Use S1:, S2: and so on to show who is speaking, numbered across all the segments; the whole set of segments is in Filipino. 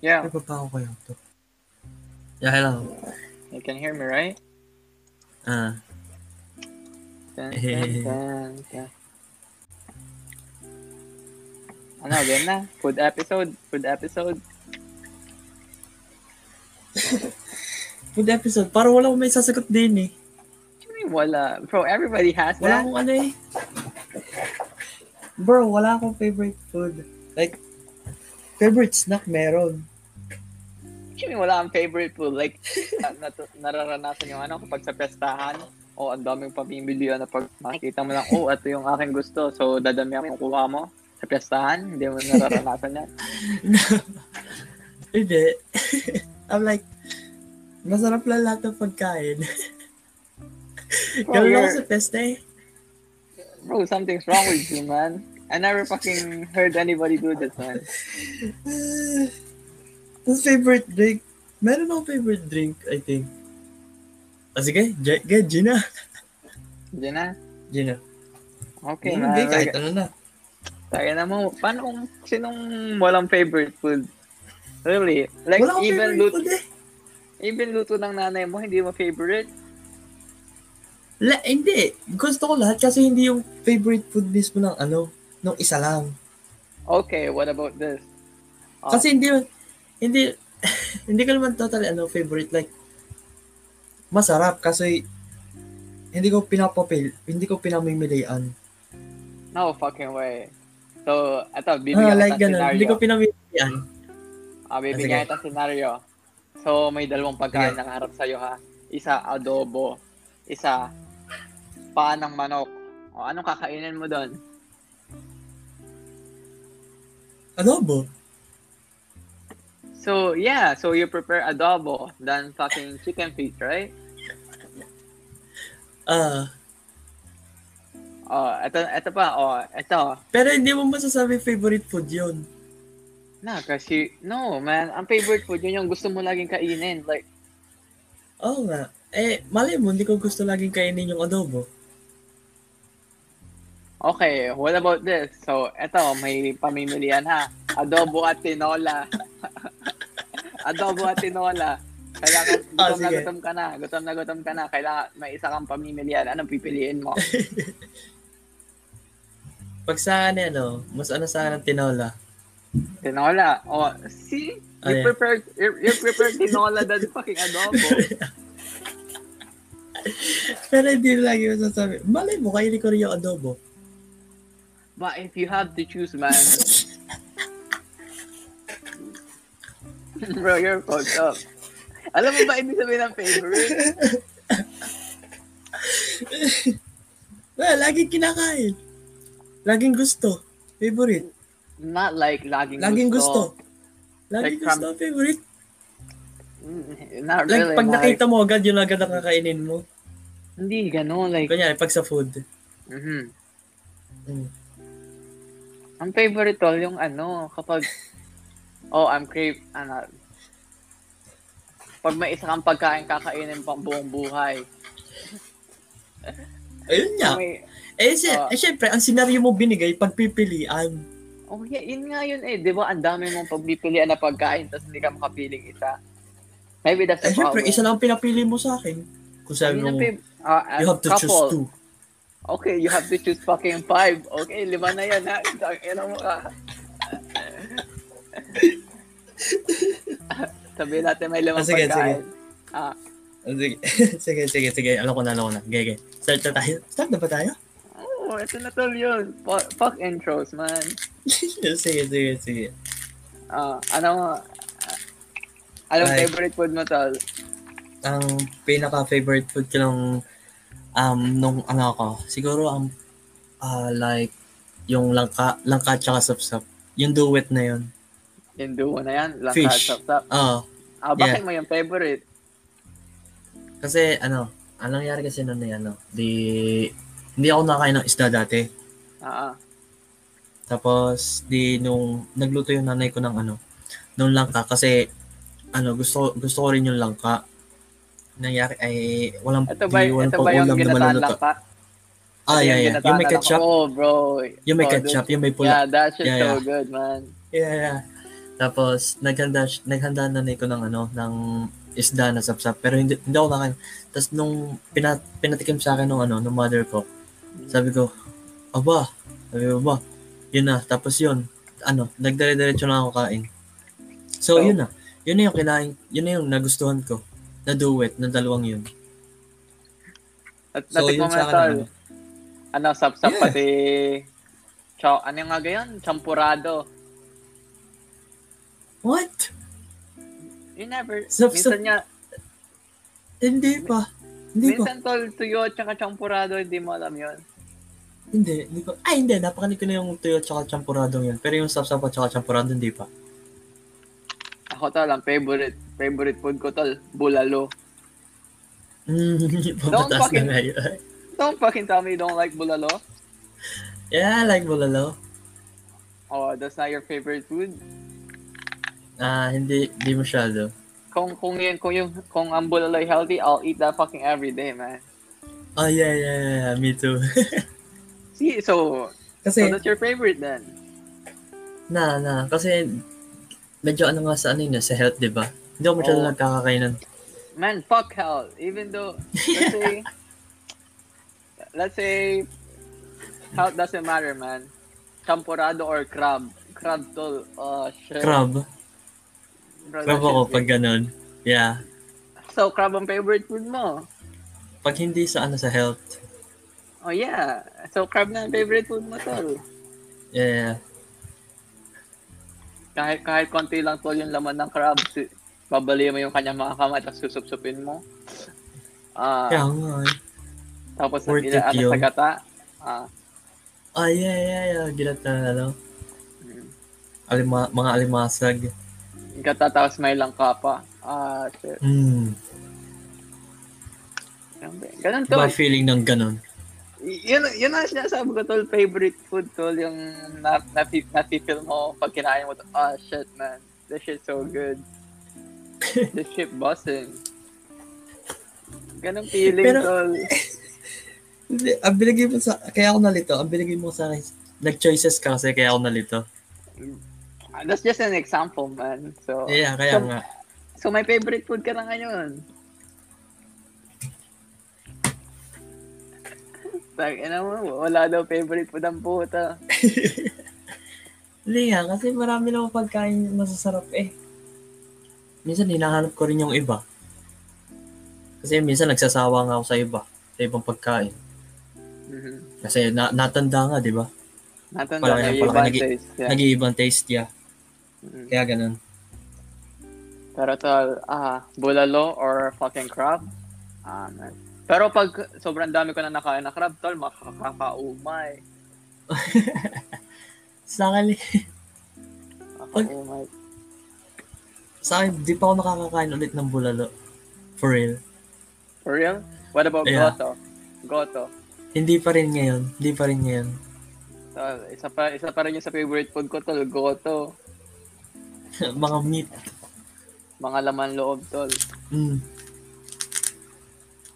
S1: Yeah,
S2: Ay, pa ko yung to. Yeah, hello.
S1: you can hear me, right?
S2: Ah,
S1: Dun, dun, dun, dun. Ano, again na? Food episode, food episode.
S2: good episode. Parang wala akong may sasagot din eh.
S1: Actually, wala. Bro, everybody has that.
S2: Wala akong ano eh. Bro, wala akong favorite food. Like, favorite snack meron.
S1: Actually, wala ang favorite food. Like, na- nat- nararanasan yung ano, kapag sa pestahan, o ang daming pamimilihan na pag makita mo lang, oh, ito yung aking gusto. So, dadami ang kuha mo sa pestahan. Hindi mo nararanasan yan.
S2: Hindi. I'm like, masarap lang lahat ng pagkain.
S1: Bro,
S2: Ganun ako
S1: you're-
S2: sa pesta eh.
S1: Bro, something's wrong with you, man. I never fucking heard anybody do this, man.
S2: Tapos Eh, favorite drink. Meron akong favorite drink, I think. Ah, sige. G- g- Gina.
S1: Hindi na?
S2: Gina.
S1: Ah, Okay,
S2: Hindi,
S1: man.
S2: Hindi, kahit ano na.
S1: Tayo na mo. Paano kung sinong walang favorite food? Really? Like,
S2: Wala akong
S1: even,
S2: favorite
S1: luto,
S2: food eh.
S1: even luto ng nanay mo, hindi mo favorite?
S2: La, hindi. Gusto ko lahat kasi hindi yung favorite food mismo ng ano, nung isa lang.
S1: Okay, what about this? Oh,
S2: Kasi hindi, hindi, hindi ko naman totally ano, favorite. Like, masarap kasi hindi ko pinapapil, hindi ko pinamimilian.
S1: no fucking way. So, ito,
S2: Ah,
S1: bibigyan
S2: like
S1: kita ng
S2: ganun. Hindi
S1: scenario.
S2: ko pinamimilian.
S1: Ah, bibigyan
S2: Sige.
S1: kita ng scenario. So, may dalawang pagkain
S2: Sige.
S1: ng harap sa'yo, ha? Isa, adobo. Isa, paa ng manok. O, anong kakainin mo doon?
S2: Adobo.
S1: So, yeah. So, you prepare adobo than fucking chicken feet, right?
S2: Ah,
S1: Oh, eto, eto pa. Oh, eto.
S2: pero hindi mo masasabi favorite food yun.
S1: Na, kasi, no, man. Ang favorite food, yun yung gusto mo laging kainin. Like,
S2: Oo nga. Eh, malay mo, hindi ko gusto laging kainin yung adobo.
S1: okay, what about this? So, eto, may pamimilian ha. Adobo at tinola. Adobo at tinola. Kailangan,
S2: Ah,
S1: gutom na
S2: sige.
S1: gutom ka na. Gutom na gutom ka na. Kailangan, may isa kang pamimilian. Anong pipiliin mo?
S2: Pag sa akin, ano, mas ano sa akin ang tinola.
S1: Tinola. Oh, see? You
S2: Ayan.
S1: prepared, you, you prepared tinola than fucking adobo.
S2: Pero hindi lagi masasabi. Malay mo, kainin ko rin yung adobo.
S1: But if you have to choose, man. Bro, you're fucked up. Alam mo ba ibig sabihin ng favorite?
S2: Well, laging kinakain. Laging gusto. Favorite.
S1: Not like laging,
S2: Laging
S1: gusto.
S2: gusto. Laging
S1: Like
S2: gusto, favorite.
S1: Mm, Not
S2: Like,
S1: really.
S2: pag
S1: Mike.
S2: nakita mo agad, yun agad ang kakainin mo.
S1: Hindi, ganun. Like,
S2: Kunyari, pag sa food.
S1: mhm.
S2: Mm.
S1: Ang favorite tol, yung ano, kapag, oh, I'm crave, ano, pag may isa kang pagkain kakainin pang buong buhay.
S2: Ayun nga.
S1: May,
S2: Eh, si-
S1: Ah.
S2: eh, syempre, ang senaryo mo binigay, pagpipilian.
S1: oh, yeah, yun nga yun eh. Di ba, ang dami mong pagpipilian na pagkain tapos hindi ka makapiling isa. Maybe that's the
S2: Eh, syempre,
S1: problem.
S2: isa lang ang pinapili mo sa akin. Kung sabi
S1: Yun ang
S2: mo,
S1: pib- ah, ah,
S2: you have to choose
S1: couple.
S2: two.
S1: Okay, you have to choose fucking five. Okay, lima na yan ha. Tangina mo ka. Sabihin natin may limang
S2: Ah, sige,
S1: pagkain. Ah,
S2: Ah, Sige, sige, sige, sige. Alam ko na, alam ko na. Gege. Start na tayo. Start na ba tayo?
S1: oh, ito na tol yun. Fu- Fuck intros, man.
S2: sige, sige, sige.
S1: Ah, ano mo? ah, Anong
S2: Ay.
S1: favorite food mo, tol?
S2: Ang pinaka-favorite food ko nung, um, nung ano ko, siguro ang, ah, like, yung langka, langka tsaka sapsap. Yung duet na yun.
S1: Yung duo na yan. Lang
S2: Fish.
S1: Top, top.
S2: Oo.
S1: Ah, bakit
S2: Yeah.
S1: mo yung favorite?
S2: kasi, ano, ang nangyari kasi noon na ano, di, hindi ako nakain ng isda dati.
S1: Ah, ah.
S2: Tapos, di nung nagluto yung nanay ko ng ano, nung langka kasi ano, gusto gusto ko rin yung langka. Nangyari ay walang
S1: Ito ba,
S2: di, walang
S1: ito ba yung
S2: pang-ulam na
S1: ginataan
S2: maluluto.
S1: lang ka?
S2: Oo, Ah, yeah, yeah. Yung may
S1: ginataan
S2: ketchup,
S1: ako, oh, bro.
S2: yung may
S1: Oh,
S2: ketchup, yung may
S1: dude. Yeah,
S2: pula.
S1: that shit's
S2: Yeah,
S1: so
S2: yeah.
S1: good, man.
S2: Yeah, yeah. Tapos, naghanda, si- naghanda na ko ng ano, ng isda na sapsap. Pero hindi, hindi ako nakain. Tapos nung pina- pinatikim sa akin nung ano, nung mother ko, sabi ko, aba, sabi ko ba, yun na. Tapos yun, ano, nagdire-diretso na ako kain.
S1: So-
S2: So, yun na. Yun na yung kinain, yun na yung nagustuhan ko. Na duet, na dalawang yun.
S1: Nat
S2: So,
S1: natikman
S2: yun
S1: mo na
S2: sa akin.
S1: tol.
S2: Ano.
S1: Ano, sapsap
S2: Yeah.
S1: pati... Chow, ano nga gayon? Champurado.
S2: What?
S1: You never...
S2: Sapsap-
S1: Minsan niya...
S2: Hindi pa. Hindi ko.
S1: Minsan tol, tuyo at saka champurado, hindi mo alam yun.
S2: Hindi, hindi ko. Ay, hindi. Napakanig ko na yung tuyo at saka champuradong yun. Pero yung sapsap at saka champurado, hindi pa.
S1: Ako tol, ang favorite, favorite food ko tol, bulalo.
S2: Mm, papatas
S1: fucking-
S2: na ngayon.
S1: Don't fucking tell me you don't like bulalo.
S2: Yeah, I like bulalo.
S1: Oh, that's not your favorite food.
S2: Ah, hindi, hindi masyado.
S1: Kung kung yun, kung yung kung ang bulalo ay healthy, I'll eat that fucking every day, man.
S2: Oh, yeah, yeah, yeah, yeah, me too.
S1: See, so, so
S2: kasi,
S1: that's your favorite then.
S2: na, na, kasi, medyo ano nga sa ano yun, sa health, di ba? Hindi ako masyado
S1: Oo.
S2: nagkakakainan.
S1: Man, fuck health. Even though let's say let's say health doesn't matter, man. Champurado or crab. Crab tol. Oh shit.
S2: Crab.
S1: Bro,
S2: Crab
S1: that
S2: ako
S1: shit's
S2: pag ganun. Yeah.
S1: good. So, crab ang favorite food mo.
S2: Pag hindi sa ano, sa health.
S1: Oh yeah. So, crab na ang favorite food mo tol.
S2: Yeah, yeah.
S1: kahit kahit konti lang tol yung laman ng crab, si- babaliw mo yung kanyang mga kamay tapos susupsupin mo. Ah,
S2: Kaya nga. eh.
S1: tapos
S2: worth it
S1: ilaano
S2: yun.
S1: sa gata. Ah,
S2: Ah, yeah, yeah, yeah. Gilat na, ano,
S1: mm,
S2: alima, mga alimasag.
S1: gata tapos may langka pa. Ah, shit.
S2: Hmm.
S1: Ganun
S2: Iba
S1: tol.
S2: yung feeling ng ganun.
S1: Y- Yun, yun ang sinasabi ko tol, favorite food tol, yung na, na, feel mo pag kinain mo. tol. Ah, shit man. This shit's so good. This shit bussin. Ganun feeling
S2: Pero-
S1: tol.
S2: Hindi, ang binigay mo sa, kaya ako nalito, ang binigay mo sa akin, nag-choices ka kasi kaya ako nalito.
S1: Ah, That's just an example man. So,
S2: Yeah, kaya
S1: So-
S2: nga.
S1: So my favorite food ka na ngayon. Tag, ina mo, wala daw favorite food ang puta.
S2: Hindi nga, kasi marami lang pagkain masasarap eh. Minsan hinahanap ko rin yung iba. Kasi minsan nagsasawa nga ako sa iba, sa ibang pagkain.
S1: Mhm.
S2: Kasi na- natanda nga, di ba?
S1: Natanda
S2: Palaki
S1: na
S2: ng
S1: yung
S2: palaki,
S1: ibang
S2: nag-
S1: taste. Yeah.
S2: Nag-iibang taste niya,
S1: Mhm.
S2: kaya ganun.
S1: Pero tol, ah, bulalo or fucking crab? Ah, man. Pero pag sobrang dami ko na nakain na crab, tol, makakakaumay.
S2: Sa akin,
S1: Makakaumay.
S2: sa akin, di pa ako nakakakain ulit ng bulalo. For real.
S1: For real? What about
S2: Yeah.
S1: goto? Goto.
S2: Hindi pa rin ngayon, hindi pa rin ngayon.
S1: Tol, isa pa, isa pa rin yung sa favorite food ko, tol, goto.
S2: Mga meat.
S1: Mga laman loob, tol.
S2: Mm.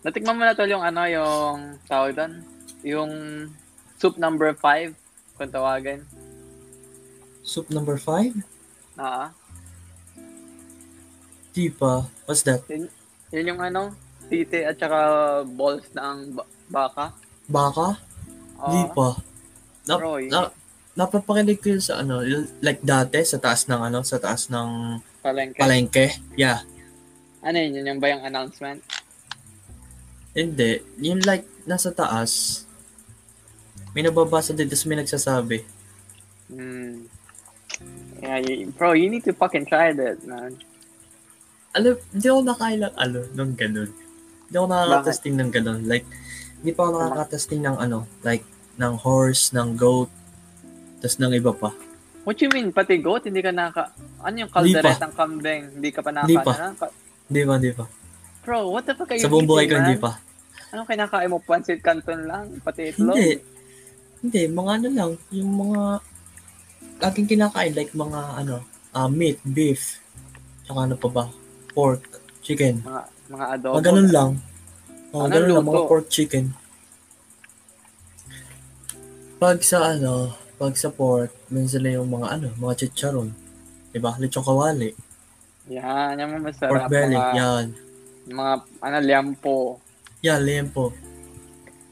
S1: Natikman mo na tol yung ano, yung tawag doon? Yung soup number 5, kung tawagin.
S2: Soup number 5?
S1: Ah,
S2: Di pa. What's that?
S1: yun yung ano, titi at saka balls ng ba- baka.
S2: Baka? Di
S1: Ah,
S2: pa. Nap-
S1: bro, yun,
S2: na, napapakinig ko yun sa ano, l- like dati sa taas ng ano, sa taas ng
S1: palengke.
S2: palengke. Yeah.
S1: Ano yun, yun yung ba yung announcement?
S2: Hindi. Yung like nasa taas, may nababasa din, tapos may nagsasabi.
S1: Hmm. Yeah, you- bro, you need to fucking try that, man.
S2: Alam, hindi ako nakailang ano, ng ganun. Hindi ako nakakatesting ng ganun. Like, hindi pa ako nakakatesting ng ano, like, ng horse, ng goat, tapos ng iba pa.
S1: What you mean, pati goat, hindi ka naka... Ano yung
S2: Hindi pa.
S1: kaldereta ng kambing? Hindi ka pa naka...
S2: Hindi pa.
S1: ano, ka-
S2: Hindi pa, hindi pa.
S1: Bro, what the fuck are you
S2: Sa buong buhay ko,
S1: eating,
S2: hindi
S1: man?
S2: pa.
S1: Anong kinakain mo? Pancit canton lang? Pati itlog?
S2: Hindi. Hindi, mga ano lang, yung mga aking kinakain, like mga ano, ah, meat, beef, tsaka ano pa ba, pork, chicken.
S1: Mga, mga adobo.
S2: Mga ganun lang. Mga
S1: Anong
S2: ganun lang,
S1: luto?
S2: mga pork chicken. Pag sa ano, pag sa port, minsan na yung mga ano, mga chicharon. Diba? Lechong kawali,
S1: Yan, yung mga
S2: pork
S1: masarap.
S2: belly,
S1: mga,
S2: yan.
S1: mga, ano, liampo.
S2: Yan, lempo.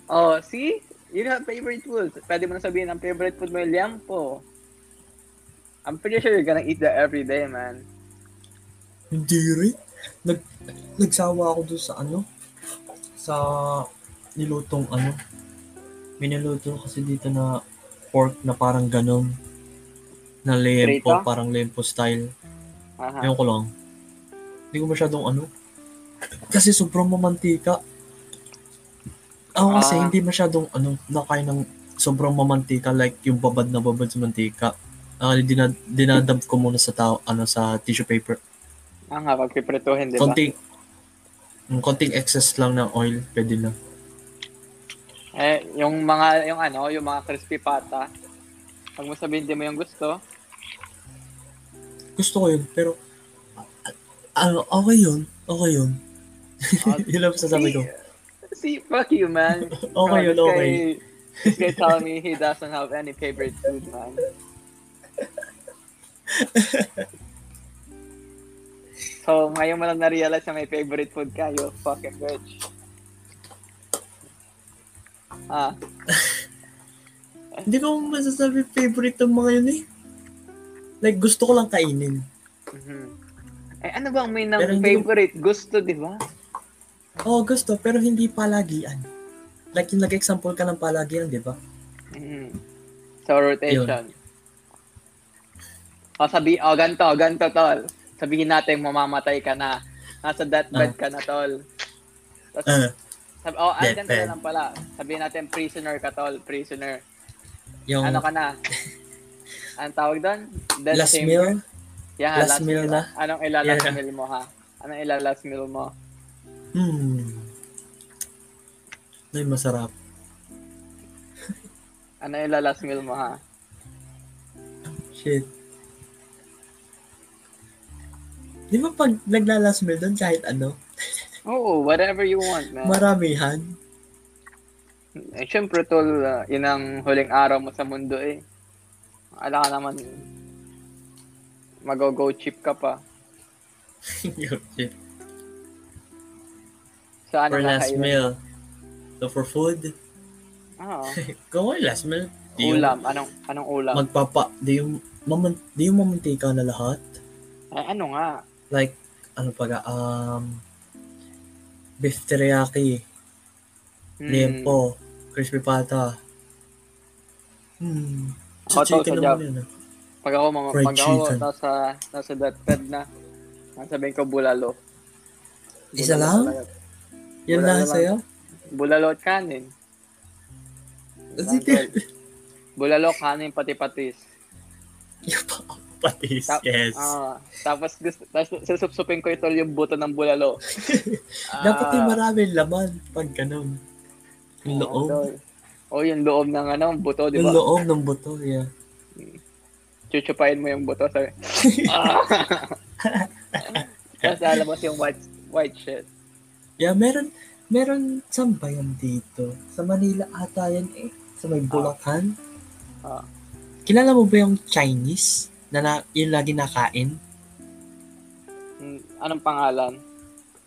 S1: Oh, see? Yun ang favorite food. Pwede mo na sabihin, ang favorite food mo yung liampo. I'm pretty sure you're gonna eat that every day, man.
S2: Hindi rin. Nag, nagsawa ako doon sa ano, sa nilutong ano. Miniluto kasi dito na pork na parang ganon. Na
S1: Prito?
S2: lempo,
S1: Ah.
S2: parang lempo style.
S1: Aha.
S2: Ayun ko lang. Hindi ko masyadong ano. Kasi sobrang mamantika. Ako kasi
S1: Ah.
S2: hindi masyadong ano, nakain ng sobrang mamantika like yung babad na babad sa mantika. Ah, dinad, dinadab ko muna sa tao, ano sa tissue paper.
S1: Ah nga, pag pipretuhin, di ba?
S2: Konting mm, konting excess lang ng oil, pwede na.
S1: Eh, yung mga, yung ano, yung mga crispy pata. Pag mo sabihin, di mo yung gusto.
S2: Gusto ko yun, pero ah, ano, okay yun. Okay yun.
S1: Ah,
S2: yun lang sasabi ko.
S1: See, fuck you, man.
S2: Okay yun,
S1: This
S2: okay.
S1: guy- This guy telling me he doesn't have any favorite food, man. so, ngayon mo lang na-realize na may favorite food ka, you fucking bitch. Ah,
S2: Hindi ko masasabi favorite ng mga yun eh. Like, gusto ko lang kainin.
S1: mhm. Eh, ano bang may
S2: Pero
S1: ng
S2: hindi ko-
S1: favorite? Gusto, di ba?
S2: Oo, gusto, pero hindi palagian. Like, yung nag-example ka ng palagian, di ba?
S1: Mhm. So, rotation. O, sabi, o, ganto, ganto, tol. Sabihin natin, mamamatay ka na. Nasa deathbed ka na, tol. Tapos,
S2: Ah,
S1: sabi, oh, ay, ganito
S2: deathbed.
S1: na lang pala. Sabihin natin, prisoner ka, tol. Prisoner.
S2: yung
S1: Ano ka na? Anong tawag doon? Death
S2: last
S1: chamber?
S2: meal,
S1: Yeah,
S2: last meal na.
S1: Anong ilalas
S2: Yeah.
S1: meal mo, ha? Anong ilalas meal mo?
S2: hmm. Ay, masarap.
S1: Anong ilalas meal mo, ha?
S2: Shit. Di ba pag nagla-last meal doon, kahit ano,
S1: Oo, Oh, whatever you want, man.
S2: maramihan?
S1: Eh, syempre, tol, uh, yun ang huling araw mo sa mundo eh. Ala ka naman, mag-go cheap ka pa.
S2: Yo, shit.
S1: So, ano
S2: For
S1: na
S2: last
S1: kayo?
S2: meal. So, for food,
S1: Oo.
S2: kung wala last meal, di yung
S1: Ah, oh. ulam. Anong, anong ulam?
S2: magpapa, di yung, maman, di yung mamantika na lahat.
S1: Ay, ano nga?
S2: like ano pala um beef teriyaki,
S1: Hmm.
S2: liempo, crispy pata. Hmm.
S1: Ako
S2: Sa
S1: to,
S2: chicken
S1: sa
S2: naman
S1: Jap.
S2: yun. ah.
S1: Pag ako, mama,
S2: Fried
S1: pag ako,
S2: chicken.
S1: nasa, nasa deathbed na, nasabihin ko bulalo.
S2: Isa
S1: Bulalo
S2: lang?
S1: talaga.
S2: Yun
S1: Wala
S2: lang
S1: naman.
S2: sa'yo?
S1: Bulalo at kanin.
S2: Kasi
S1: Lang, Bulalo, kanin, pati patis.
S2: yung pa patis,
S1: Tap-
S2: yes.
S1: Ah, tapos, gusto, tapos susupsupin ko ito yung buto ng bulalo.
S2: Dapat
S1: Ah.
S2: yung maraming laman pag ganun. Yung loob.
S1: O, yung loob ng ano, buto, di
S2: Yung
S1: ba?
S2: loob ng buto, yeah.
S1: Chuchupain mo yung buto, sabi. Ah! Tapos lalabas yung white, white shit.
S2: Yeah, meron, meron, saan ba yan dito? Sa Manila ata yan eh. Sa may Bulacan.
S1: Ah.
S2: Kilala mo ba yung Chinese na, na yung lagi nakain?
S1: Mm, Anong pangalan?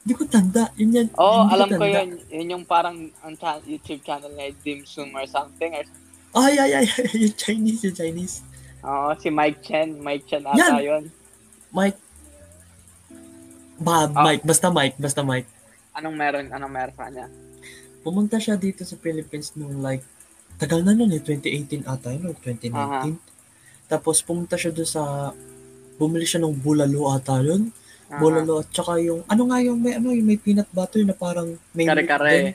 S2: Hindi ko tanda. Yun yan.
S1: Oh,
S2: hindi
S1: alam ko
S2: tanda.
S1: yun. Yun yung parang ang cha- YouTube channel na Dim Sum or something. Or,
S2: Ay, ay, ay, ay, yung Chinese, yung Chinese.
S1: Oo, oh, si Mike Chen. Mike Chen ata
S2: Yan!
S1: yun.
S2: Mike. Ba,
S1: Ah.
S2: Mike, basta Mike, basta Mike.
S1: Anong meron? Anong meron sa kanya?
S2: Pumunta siya dito sa Philippines nung like, tagal na nun eh, 2018 ata yun, or 2019.
S1: Aha.
S2: Tapos pumunta siya doon sa, bumili siya ng bulalo ata yun.
S1: Ah,
S2: Bulalo at saka yung, ano nga yung may, ano, yung may peanut butter na parang may
S1: Kare-kare.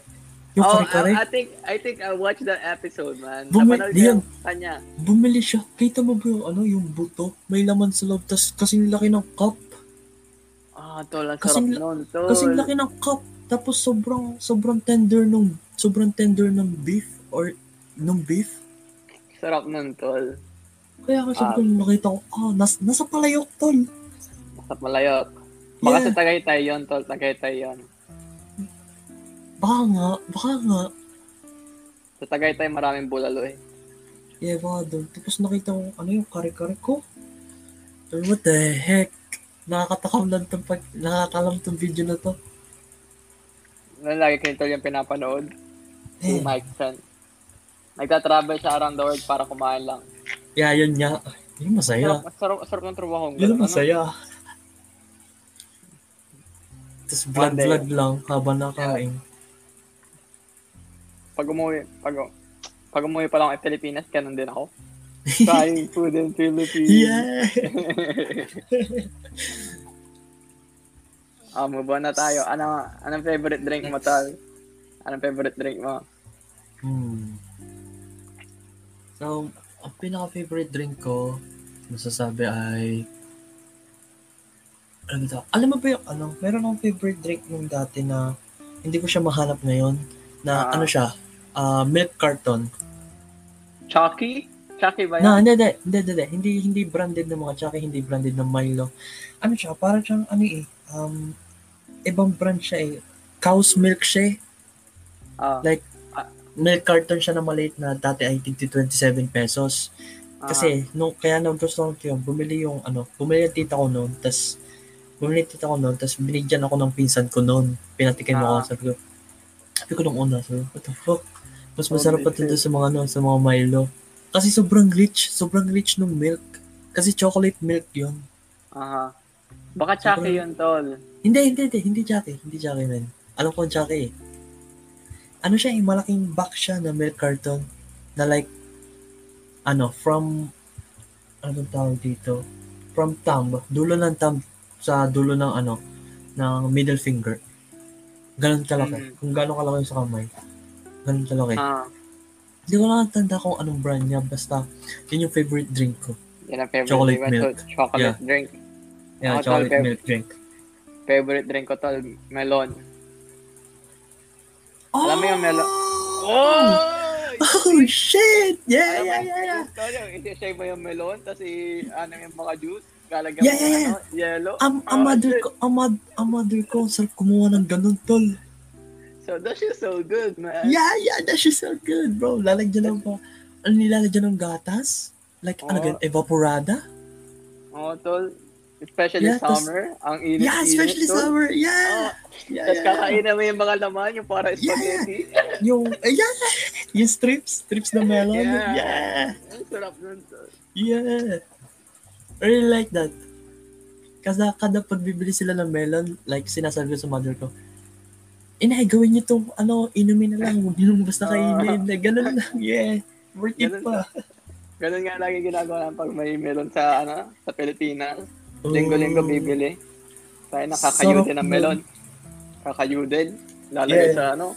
S2: Yung
S1: oh,
S2: kare-kare.
S1: I, I think I think I watched that episode, man.
S2: Bumi-
S1: Napanood
S2: di
S1: ko
S2: yan.
S1: yung Kanya.
S2: Bumili siya. Kita mo ba yung, ano, yung buto? May laman sa loob. Tas kasing laki ng cup.
S1: Ah, tol, ang sarap
S2: Kasing-
S1: nun, tol.
S2: Kasing laki ng cup. Tapos sobrang, sobrang tender nung, sobrang tender ng beef or nung beef.
S1: Sarap nun, tol.
S2: Kaya kasi ko nakita ko, ah, nas, nasa palayok tol.
S1: Sa malayot. Baka
S2: Yeah.
S1: sa Tagaytay yun, tol. Tagaytay yun.
S2: Baka nga, baka nga.
S1: Sa Tagaytay maraming bulalo eh.
S2: Ewa doon. Tapos nakita ko, ano yung kare-kare ko? Sabi, what the heck? Nakakatakam lang tong pag, nakakalam tong video na to.
S1: Na lagi ko ito yung pinapanood. Si
S2: Eh,
S1: Mike Sen. Nagta-travel siya around the world para kumain lang.
S2: Eh, yeah, yun niya. Yun masaya.
S1: Sarap, sarap, sarap ng trabaho ano? ko.
S2: Yun masaya. Tapos
S1: Monday.
S2: vlog-vlog lang habang nakain.
S1: Pag umuwi, pag, pag umuwi pa lang ako sa Pilipinas, ganun din ako. Trying food in Philippines.
S2: Yeah!
S1: Ah, move on na tayo. Ano, anong favorite drink mo, Tal? Anong favorite drink mo?
S2: Hmm. So, ang pinaka-favorite drink ko, masasabi ay... Alam mo, ito, alam mo ba yung ano? Meron akong favorite drink nung dati na hindi ko siya mahanap ngayon. Na
S1: Ah.
S2: ano siya? ah milk carton.
S1: Chucky? Chucky ba
S2: Na,
S1: yan?
S2: hindi, hindi, hindi, hindi, hindi, hindi branded ng mga tsaka, hindi branded ng Milo. Ano siya? Parang siyang ano eh. Um, ibang brand siya eh. Cow's milk siya eh.
S1: Ah,
S2: Milk carton siya na maliit na dati ay tigti 27 pesos.
S1: ah.
S2: Kasi, no, kaya nung gusto ko yun, bumili yung ano, bumili yung tita ko noon, tas, bumili yung tita ko noon, tas binigyan ako ng pinsan ko noon. Pinatikin mo
S1: Ah.
S2: ako, sabi ko, sabi ko nung una, sabi ko, what the fuck? Mas
S1: Holy
S2: masarap pa
S1: shit.
S2: dito sa mga ano, sa mga Milo. Kasi sobrang rich, sobrang rich ng milk. Kasi chocolate milk yun.
S1: Aha. ah, Baka Chucky yun, Tol.
S2: Hindi, hindi, hindi, hindi Jackie, hindi Jackie man. Alam ko ang Jackie eh. Ano siya eh, malaking box siya na milk carton na like, ano, from, ano bang tawag dito? From thumb, dulo ng thumb sa dulo ng ano, ng middle finger. Ganun kalaki.
S1: Mm.
S2: Kung gano'ng kalaki sa kamay. Ganun kalaki.
S1: Ah,
S2: Hindi ko lang tanda kung anong brand niya. Basta, yun yung favorite drink ko.
S1: yan ang favorite drink
S2: Chocolate
S1: ko, Tol.
S2: milk.
S1: Chocolate drink.
S2: Yeah,
S1: Ako,
S2: chocolate
S1: tol,
S2: milk drink.
S1: Favorite drink ko, Tol. Melon. Alam mo yung melo- Oh!
S2: Oh, shit!
S1: Alam
S2: Yeah,
S1: mo
S2: yeah,
S1: yung
S2: yeah, yeah.
S1: juice, Tol, yung isi-shave mo yung melon, tapos i- ano yung mga juice, lalagyan
S2: Yeah,
S1: mo ng
S2: yeah, Um,
S1: ano, yellow.
S2: Am ang
S1: Oh,
S2: mother
S1: shit.
S2: ko, ang, mad- ang mother ko, ang sarap kumuha ng ganun, tol.
S1: So, that shit's so good, man.
S2: Yeah, yeah, that shit's so good, bro. Lalagyan ng, ano nilalagyan ng gatas? Like, ano
S1: Oo.
S2: ganun, evaporada?
S1: Oo, Oh, tol. Especially
S2: Yeah, tas-
S1: summer, ang init-init,
S2: Yeah, especially
S1: tol. Oh, Ah,
S2: summer,
S1: Oo.
S2: yeah! Yeah,
S1: Tapos
S2: yeah, yeah.
S1: kakainin mo yung mga laman, yung para spaghetti.
S2: Yung, eh, yeah! Yung strips, strips na melon,
S1: Yeah.
S2: yeah!
S1: Ang sarap nun, tol.
S2: Yeah! I really like that. Kasi kada pag bibili sila ng melon, like sinasabi ko sa mother ko, Inay, gawin niyo itong ano, inumin na lang, huwag niyo nang basta kainin. na Ganun lang, yeah. Worth
S1: Ah.
S2: it
S1: Ganun
S2: pa.
S1: Ganun nga lagi ginagawa namin pag may melon sa, ano, sa Pilipinas. Linggo-linggo bibili. Tayo nakakayudin
S2: Oh. Sarap
S1: ng
S2: nun.
S1: melon. Kakayudin. Lalagay
S2: Yeah.
S1: sa, ano,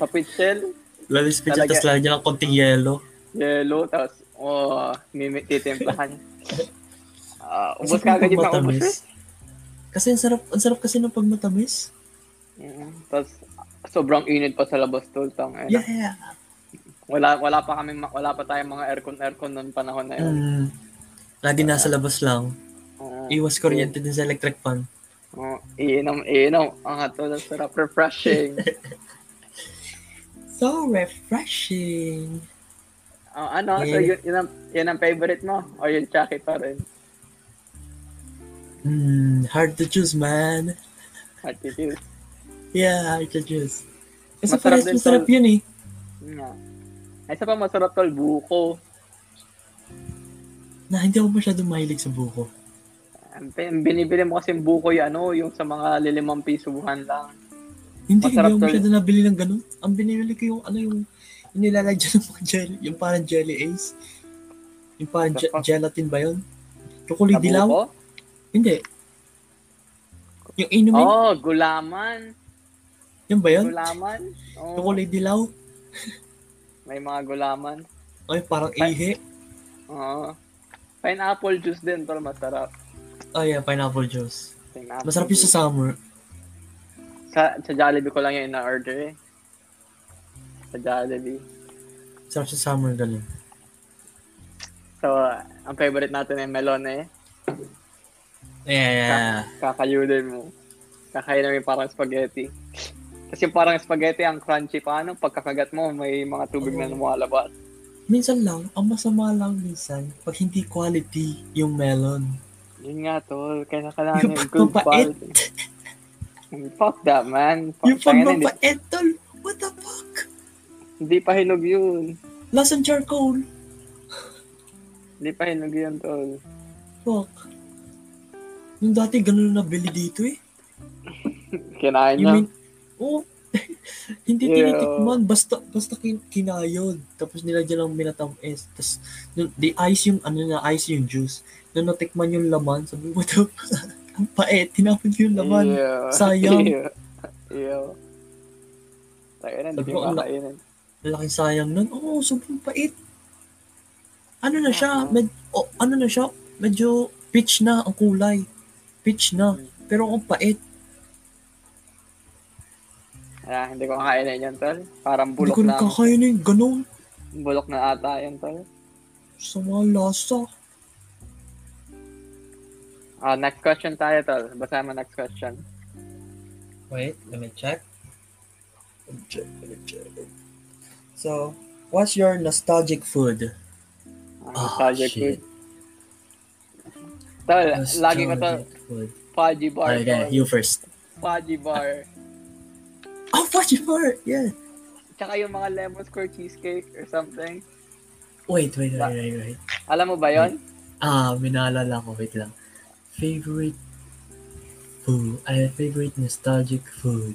S1: sa pitchel.
S2: Lalis pa dyan,
S1: Talaga.
S2: tapos lagyan ng konting yelo.
S1: Yellow, tapos, oh, mimi- titimplahan. Ah, ubos
S2: Kasi
S1: ka agad
S2: pag
S1: yung naubos. eh.
S2: matamis. Kasi ang sarap, ang sarap kasi ng pag matamis.
S1: Mm, Tapos, sobrang init pa sa labas, tol. Tang, eh.
S2: Yeah.
S1: Wala, wala pa kami, wala pa tayong mga aircon-aircon noon panahon na yun. Mm.
S2: Mm. Lagi nasa labas lang.
S1: Oo.
S2: Iwas kuryente din sa electric fan.
S1: Oo, Oh, iinom, iinom. Oh, Ang ato na sarap, refreshing.
S2: So refreshing.
S1: Ah, ano, so
S2: Yeah.
S1: yun, yun, ang, yun ang favorite mo? O yung Chucky pa rin?
S2: Mm, hard to choose, man.
S1: Attitude.
S2: Yeah, hard to choose. Kasi
S1: Masarap
S2: parehas
S1: din,
S2: masarap
S1: tol.
S2: yun eh.
S1: Yun nga. Ay, isa pa masarap tol, buko.
S2: Na hindi ako masyadong mahilig sa buko.
S1: Ang pin- Binibili mo kasi buko yung ano, yung sa mga lilimang pisuhan lang.
S2: Hindi,
S1: Masarap,
S2: hindi ako
S1: tol.
S2: masyadong nabili ng ganun. Ang binibili ko yung ano yung yung nilalagyan ng mga jelly, yung parang jelly ace. Yung parang
S1: The
S2: ge-
S1: fuck?
S2: gelatin ba yun? Tukuloy
S1: Sa
S2: dilaw?
S1: buko?
S2: Hindi. Yung inumin,
S1: Oh, gulaman.
S2: yun ba yun?
S1: Gulaman. Oh,
S2: Tukuloy dilaw?
S1: may mga gulaman.
S2: Ay, parang
S1: Ay.
S2: ihe.
S1: Oo. Pineapple juice din tol, masarap.
S2: Oh yeah, pineapple juice.
S1: Pineapple
S2: Masarap yung
S1: juice.
S2: sa summer.
S1: Sa, sa Jollibee ko lang yung ina-order eh. Sa Jollibee.
S2: Masarap sa summer ganun.
S1: So, uh, ang favorite natin ay melon eh.
S2: Yeah, yeah, yeah.
S1: Kakayunin mo. Kakain namin parang spaghetti. Kasi parang spaghetti ang crunchy pa ano, pagkakagat mo may mga tubig na lumalabas.
S2: Minsan lang, ang masama lang minsan, pag hindi quality yung melon.
S1: Yun nga, tol. Kaya kailangan
S2: Yung
S1: yung good
S2: pagpapait.
S1: quality. Fuck that, man. Fuck,
S2: Yung pag
S1: tangina, Oh, hindi,
S2: mapait, tol, what the fuck?
S1: hindi pa hinog yun.
S2: Lasang charcoal.
S1: Hindi pa hinog yun, tol.
S2: Fuck. Yung dati, ganun na nabili dito eh.
S1: Kinain
S2: You
S1: niya.
S2: mean, oh,
S1: Ano?
S2: hindi
S1: Yeah. oh.
S2: tinitikman, basta, basta kin- kinayod. Tapos nilagyan lang minatamis. Tapos, nung, di ice yung, ano na, ice yung juice. Nung natikman yung laman, sabi ko, what the fuck? Ang pait, tinapon ko yung laman.
S1: Ew.
S2: Sayang.
S1: Ew. Ew. Tangina, hindi
S2: Sabi
S1: ko
S2: ko, ala-
S1: kakainin.
S2: Lalaking sayang nun. Oo, oh, sobrang pait. Ano na siya?
S1: Oo.
S2: Med- oh, ano na siya? Medyo peach na ang kulay. Peach na.
S1: Mm.
S2: Pero ang pait.
S1: Ah, hindi ko kakainin yun, tol. Parang
S2: Hindi
S1: bulok
S2: ko
S1: na.
S2: rin kakainin. Ganun.
S1: Bulok na ata yun, tol.
S2: Sama lasa.
S1: Ah, next question tayo, tol. Basahin mo next question.
S2: Wait, let me check. Let me check, let me check. So, what's your nostalgic food?
S1: Ah,
S2: Ah,
S1: nostalgic food. Tol, lagi ko to,
S2: Nostalgic food.
S1: Fudgy bar.
S2: Okay,
S1: tol.
S2: you first.
S1: Fudgy bar.
S2: Oh, fudge bar! Yeah.
S1: Tsaka yung mga lemon square cheesecake or something.
S2: Wait, wait, wait, wait, wait.
S1: Alam mo ba yon?
S2: Ah, may naalala ko. Wait lang. Favorite food. Ay, favorite nostalgic food.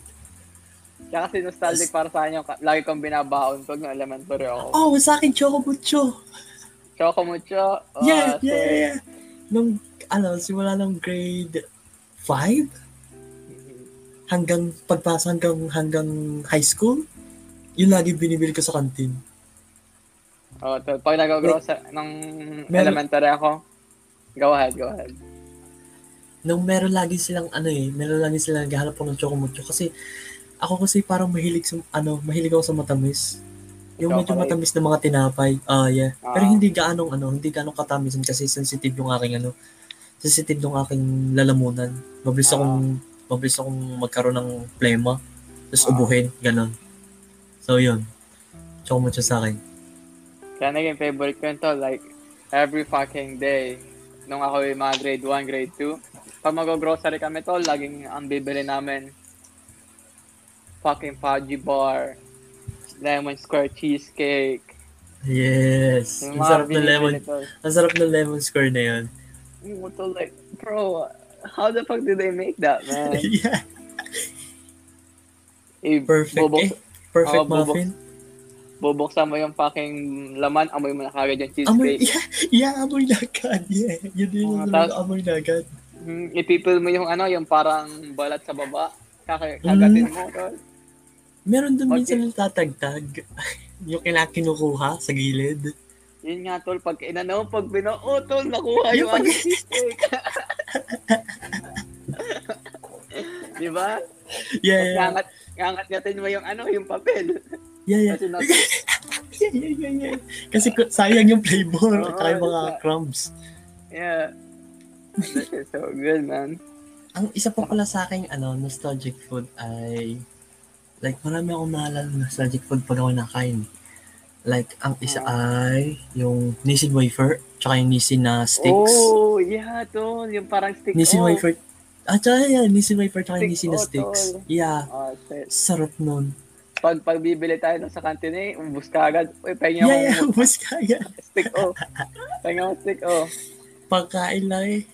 S1: Tsaka si nostalgic para sa akin yung ka- lagi kong binabaon pag ng elementary ako.
S2: Oh, sa akin, Choco Bucho.
S1: Choco mucho. uh,
S2: yeah,
S1: so-
S2: yeah, yeah, yeah. Nung, ano, simula nung grade 5 hanggang pagpasa hanggang, hanggang high school, yun lagi binibili ko sa kantin.
S1: Oh, tol, pag nag-grocery ng
S2: Meron-
S1: elementary ako, go ahead, go ahead.
S2: Nung meron lagi silang ano eh, meron lagi silang naghahanap ako ng chocomucho kasi ako kasi parang mahilig sa ano, mahilig ako sa matamis. Yung medyo
S1: Chocolate.
S2: matamis ng mga tinapay. Ah, yeah. Pero
S1: Ah.
S2: hindi gaano ano, hindi gaano katamisan kasi sensitive yung aking ano, sensitive yung aking lalamunan. Mabilis
S1: Ah.
S2: akong mabilis akong magkaroon ng plema, tapos
S1: Ah.
S2: ubuhin, ganun. So yun. Chocomucho sa akin.
S1: Kaya naging favorite ko yun, tol, like, every fucking day. Nung ako yung mga grade 1, grade 2. Pag mag-grocery kami, tol, laging ang bibili namin, fucking fudgy bar, lemon square cheesecake.
S2: Yes.
S1: Yung
S2: Ang
S1: mga
S2: sarap ng
S1: binibili,
S2: lemon.
S1: tol.
S2: Ang sarap ng lemon square na yun.
S1: Yung mga tol, like, bro, how the fuck did they make that, man?
S2: yeah.
S1: Eh,
S2: Perfect
S1: bubuk-
S2: eh. Perfect
S1: Oo, bubuk-
S2: muffin.
S1: Bubuksan mo yung fucking laman, amoy mo na kagad yung
S2: Amoy,
S1: cheesecake.
S2: yeah, yeah, amoy na agad. Yeah, yun din
S1: Oo,
S2: yung
S1: tapos-
S2: amoy na agad.
S1: Hmm, ipipil mo yung ano, yung parang balat sa baba. Kaka-
S2: Hmm.
S1: kagatin mo, tol.
S2: Meron dun
S1: Okay.
S2: minsan yung tatagtag. yung kinakinukuha sa gilid.
S1: Yun nga, tol. Pag inanaw, pag binoo, tol, nakuha
S2: Yung
S1: yung
S2: pag-
S1: ano cheesecake. Di ba?
S2: Yeah, yeah,
S1: Ngangat, ngangat natin mo yung ano, yung papel.
S2: yeah, yeah.
S1: Kasi not,
S2: yeah, yeah, yeah, yeah. Kasi ku- sayang yung flavor
S1: Oo,
S2: at saka yung mga
S1: yun nga.
S2: crumbs.
S1: yeah. This is so good, man.
S2: Ang isa pa pala sa akin, ano, nostalgic food ay, like, marami akong naalala ng nostalgic food pag ako nakain. Like, ang isa
S1: Ah.
S2: ay yung nisin wafer, tsaka yung nisin na sticks.
S1: Oh, yeah, tol. Yung parang stick.
S2: nisin
S1: oh.
S2: wafer, ah, tsaka yeah, nisin wafer, tsaka yung
S1: Sticks,
S2: nisin na
S1: oh,
S2: sticks.
S1: tol.
S2: Yeah,
S1: Oh, shit.
S2: sarap nun.
S1: Pag pagbibili tayo ng sa kantin eh, umbus ka agad. Uy, pahinga
S2: Yeah, yeah,
S1: mo
S2: ubos ka, yeah.
S1: stick, oh. Pahinga mo stick, oh.
S2: Pagkain lang eh.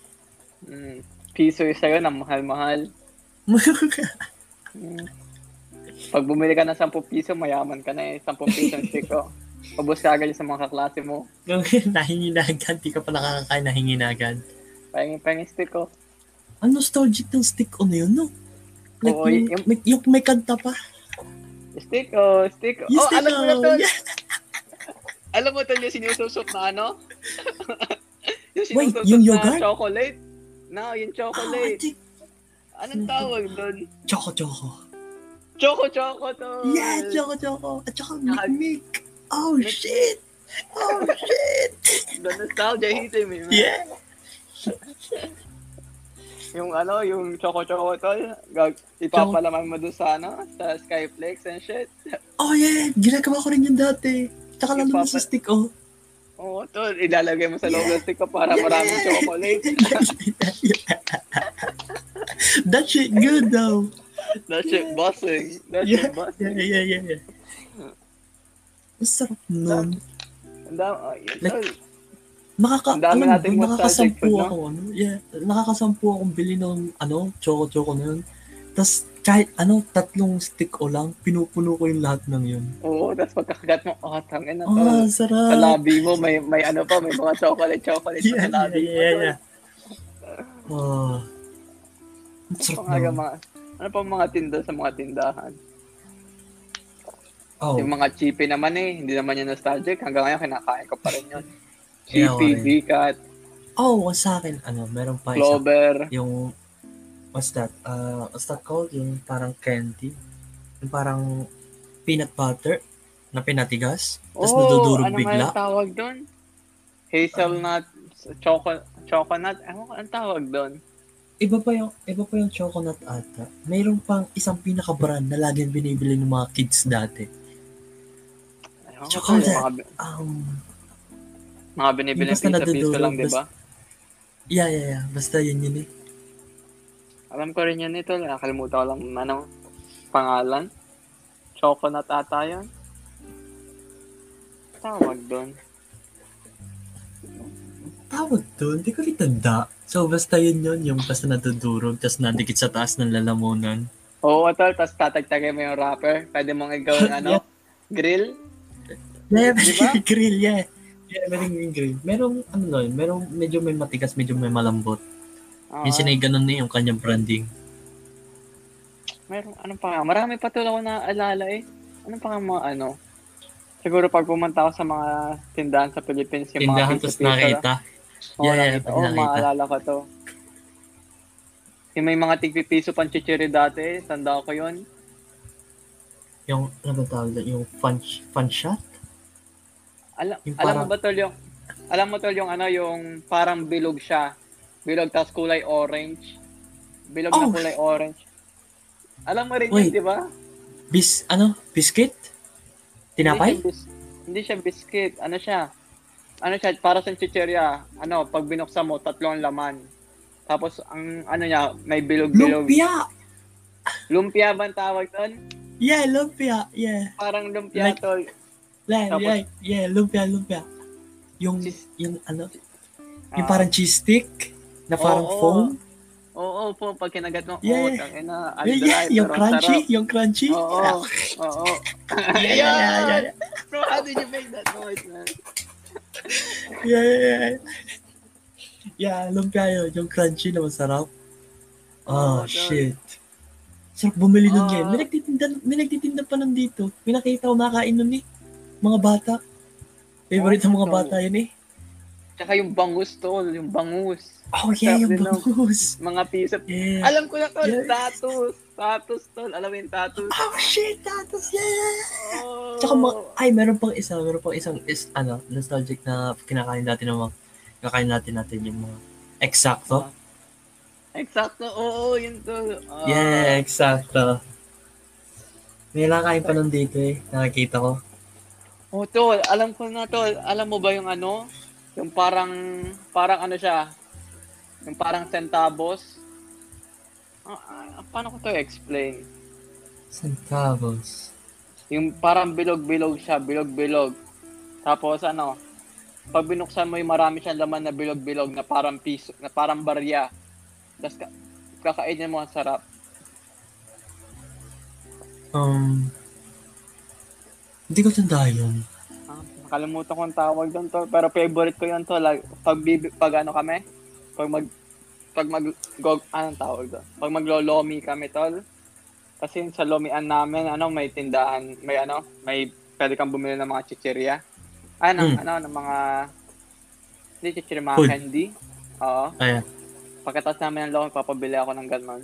S1: Mm. Piso yung sa'yo ng mahal-mahal. Mm. Pag bumili ka ng 10 piso, mayaman ka na eh. 10 piso ang stick ko. Ubus ka agad yung sa mga kaklase mo.
S2: nahingi na agad, di ka pa nakakakain, nahingi na agad.
S1: Pahingi, pahingi stick oh. ko.
S2: Ang nostalgic ng stick on na yun, no? Like,
S1: Oo,
S2: yung,
S1: yung-
S2: may, yung may kanta pa.
S1: Stick ko, stick ko. oh,
S2: Yung stick
S1: alam mo na
S2: ko,
S1: tol.
S2: yeah.
S1: Alam mo tol yung sinususot na ano? yung
S2: Wait,
S1: sinususot
S2: yung
S1: na
S2: yogurt?
S1: chocolate? No, yung
S2: Oh, I
S1: chocolate.
S2: think
S1: Anong tawag doon?
S2: Choco Choco.
S1: Choco choco tol.
S2: Yeah, Choco Choco. At saka
S1: Saka-
S2: Mick Mick. Oh,
S1: Mick.
S2: shit. Oh, shit.
S1: The nostalgia hitting me, man.
S2: Yeah.
S1: Yung ano, yung choco choco tol. Gag- ipapalaman mo doon sa ano, sa Skyflex and shit.
S2: Oh, yeah. Ginagawa ko rin yun dati. Tsaka lalo na sa stick, oh.
S1: Oo, tol. Ilalagay mo sa loob ng stick ko para maraming chocolate.
S2: That shit good, though.
S1: That shit bossing. That shit
S2: Yeah,
S1: bossing.
S2: yeah, yeah, yeah. Ang sarap nun.
S1: Ang dami. oh, yun,
S2: Like,
S1: tol.
S2: Makaka,
S1: Ang dami
S2: alam
S1: nating
S2: mo,
S1: nostalgic
S2: ano, nakakasampu
S1: food, no?
S2: ako, ano? Yeah, nakakasampu akong bili ng, ano, choco-choco na yun. Tapos, kahit, ano, tatlong stick o lang, pinupuno ko yung lahat ng yun.
S1: Oo, tapos pagkakagat mo, oh, tangin na
S2: Oh,
S1: tol.
S2: ang sarap.
S1: Sa labi mo, may, may ano pa, may mga chocolate, chocolate pa
S2: Yeah,
S1: sa labi mo.
S2: yeah, yeah,
S1: tol.
S2: yeah. Oh.
S1: Ano
S2: Ang sarap
S1: pa nga yung
S2: naman.
S1: mga, ano pa mga tinda sa mga tindahan?
S2: Oh,
S1: Yung mga chippy naman eh, hindi naman yun nostalgic. Hanggang ngayon, kinakain ko pa rin yun.
S2: Yeah,
S1: Chippy,
S2: wala.
S1: Bicat,
S2: oh, sa akin, ano, meron pa isa.
S1: Clover.
S2: Yung, what's that? Uh, what's that called? Yung parang candy. Yung parang peanut butter na pinatigas. Tapos
S1: Oo,
S2: nadudurog
S1: ano nga
S2: bigla.
S1: yung tawag doon? Hazelnut, choco, choconut, ano ang tawag doon?
S2: Iba pa yung, iba pa yung chocolate ata. Mayroon pang isang pinaka-brand na laging binibili ng mga kids dati.
S1: Ewan ko,
S2: Chocolate.
S1: yung Mga, bi-
S2: Um,
S1: mga binibili
S2: Yung basta
S1: piso-piso
S2: nadudurog,
S1: lang, diba? di ba?
S2: yeah, yeah, yeah. Basta yun yun eh.
S1: Alam ko rin yun ito. Nakalimutan ko lang ano, pangalan. Choconut ata yun. Tawag doon.
S2: tawag doon, di ko rin tanda. So, basta yun yun, yung basta natudurog, tapos nadikit sa taas ng lalamunan.
S1: Oo, tol. Tapos tatagtagay mo yung wrapper. Pwede mong igaw ng ano, grill.
S2: Yeah,
S1: Di ba?
S2: grill, yeah. Yeah, meron yung grill. Merong, ano na yun, merong medyo may matigas, medyo may malambot.
S1: Oo.
S2: Minsan ay ganun na yung kanyang branding.
S1: Meron, ano pa nga? Marami pa tol ako naaalala eh. Ano pa nga mga ano? Siguro pag pumunta ako sa mga tindahan sa Philippines, yung mga
S2: Tindahan, tapos
S1: piso-piso lang.
S2: nakita. Yeah, yeah,
S1: nakita.
S2: pag
S1: Oo,
S2: nakita.
S1: maalala ko to. Yung may mga tigpipiso pang chichiri dati eh. Tanda ko yun.
S2: Yung, ano ba tawag doon? Yung fun, fun shot?
S1: Alam,
S2: Yung
S1: alam mo
S2: parang-
S1: ba tol yung alam mo tol yung ano yung parang bilog siya. Bilog tas kulay orange. Bilog na
S2: Oh!
S1: kulay orange. Alam mo rin
S2: Wait.
S1: yun, di ba?
S2: Bis, ano? Biscuit?
S1: Hindi siya,
S2: Tinapay?
S1: bis- hindi siya biscuit. Ano siya? Ano siya? Para sa chicheria. Ano, pag binuksan mo, tatlong laman. Tapos, ang ano niya, may bilog-bilog. Lumpia,
S2: Lumpia!
S1: ba ang tawag doon?
S2: Yeah, lumpia! Yeah,
S1: Parang lumpia,
S2: Like-
S1: tol.
S2: yeah,
S1: Tapos-
S2: yeah, yeah, lumpia, lumpia. Yung,
S1: Cheese-
S2: yung ano,
S1: Ah,
S2: yung parang cheese stick na parang
S1: Oo.
S2: foam.
S1: Ah, Oo, po, pag kinagat mo,
S2: Yeah.
S1: oh, tangina,
S2: Yeah, yeah,
S1: aldaray,
S2: yung
S1: pero ang
S2: crunchy,
S1: sarap.
S2: yung crunchy.
S1: Oo, oo.
S2: Yeah, yeah, yeah, yeah, yeah.
S1: Bro, ano how did you make that noise, man?
S2: Yeah, yeah, yeah. Yeah, lumpia yun. Yung crunchy na masarap. Oh,
S1: Oo, tol.
S2: shit. Sarap bumili nun
S1: Ah.
S2: yan. May nagtitinda, may nagtitinda pa nun dito. May nakita ko nakain nun eh. Mga bata. Favorite ng mga
S1: tol.
S2: bata yun eh.
S1: Tsaka yung bangus, tol. Yung bangus.
S2: Oh yeah,
S1: Sarap
S2: yung
S1: din ng-
S2: bangus.
S1: Mga piso.
S2: Yeah.
S1: Alam ko na, tol.
S2: Yeah.
S1: Tatus. Tatus, tol. Alam mo yung tatus.
S2: Oh shit, tatas, yeah, yeah, yeah.
S1: Oh.
S2: Tsaka mga, ay, meron pang isa, meron pang isang is, ano, nostalgic na kinakain natin ng mga, kakain natin natin yung mga, eksakto.
S1: Eksakto. Oo, yun, tol. Ah,
S2: yeah, eksakto. May nakain pa nun dito eh, nakakita ko.
S1: Oh, tol. Alam ko na, tol. Alam mo ba yung ano? Yung parang, parang ano siya? Yung parang centavos. Ah, ah, paano ko to explain?
S2: Centavos.
S1: Yung parang bilog-bilog siya, bilog-bilog. Tapos ano, pag binuksan mo yung marami siyang laman na bilog-bilog na parang piso, na parang barya. Tapos ka- kakainin mo ang sarap.
S2: Um, hindi ko tanda yun.
S1: Ah, nakalimutan ko ang tawag doon to, pero favorite ko yun to. Like, pag, bibi- pag ano kami, pag mag, pag mag, go, anong tawag doon? Pag maglolomi kami tol. Kasi yung sa lomian namin, ano, may tindahan, may ano, may pwede kang bumili ng mga chichirya. Ah, ng,
S2: Mm.
S1: ano, ng mga, hindi chichirya, mga
S2: Food.
S1: candy. Oo.
S2: Ayan.
S1: Pagkatas namin ng lomi, papabili ako ng ganun.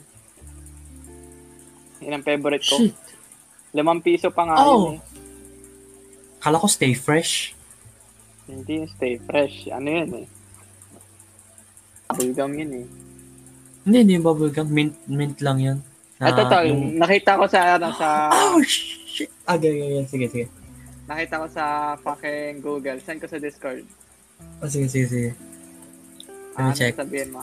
S1: Yun ang favorite ko.
S2: Shit.
S1: Limang piso pa nga
S2: Oh.
S1: yun eh.
S2: Kala ko stay fresh.
S1: Hindi, stay fresh. Ano yun eh? Buldam yun eh.
S2: Hindi, hindi yung bubblegum. Mint, mint lang yun. Na
S1: Ito tol,
S2: Ah, yung-
S1: nakita ko sa, ano, sa,
S2: Oh, shit. Ah, yeah, yeah, yeah. Sige, sige.
S1: Nakita ko sa fucking Google. Send ko sa Discord.
S2: Oh, sige, sige, sige. Let me
S1: Ano
S2: check.
S1: sabihin mo?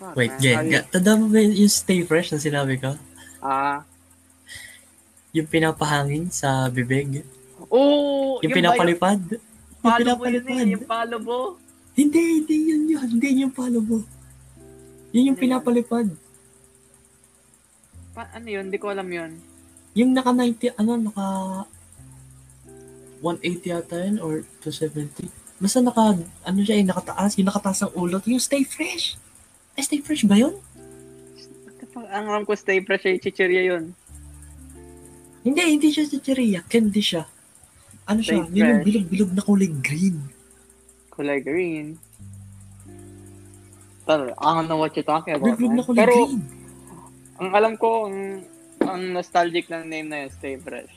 S1: Fuck,
S2: Wait,
S1: man. How
S2: Jen,
S1: do you-
S2: ga- tanda mo ba yung stay fresh na sinabi ko?
S1: Ah,
S2: Yung pinapahangin sa bibig?
S1: Oo!
S2: Yung, pinapalipad? Yung
S1: Palo mo yun
S2: pinapalipad?
S1: eh, yung palo mo.
S2: Hindi, hindi yun yun. Hindi yun yung palo mo. Yun yung
S1: Ano yun?
S2: pinapalipad.
S1: Pa- ano yun? Hindi ko alam yun.
S2: Yung naka 90, ano, naka 180 yata yun or 270. Basta naka, ano siya eh, nakataas. Yung nakataas ang ulo. Yung stay fresh. Ay, stay fresh ba yun?
S1: What the fuck? Ang alam ko stay fresh ay chichirya yun.
S2: Hindi, hindi siya chichiria. Candy siya. Ano siya?
S1: Stay
S2: Yun yung
S1: fresh.
S2: bilog-bilog na kulay green.
S1: Kulay green. Tol, I don't know what you're talking about,
S2: Bilog-bilog
S1: man.
S2: na kulay
S1: Pero,
S2: green.
S1: ang alam ko, ang, ang nostalgic ng name na yun, Stay Fresh.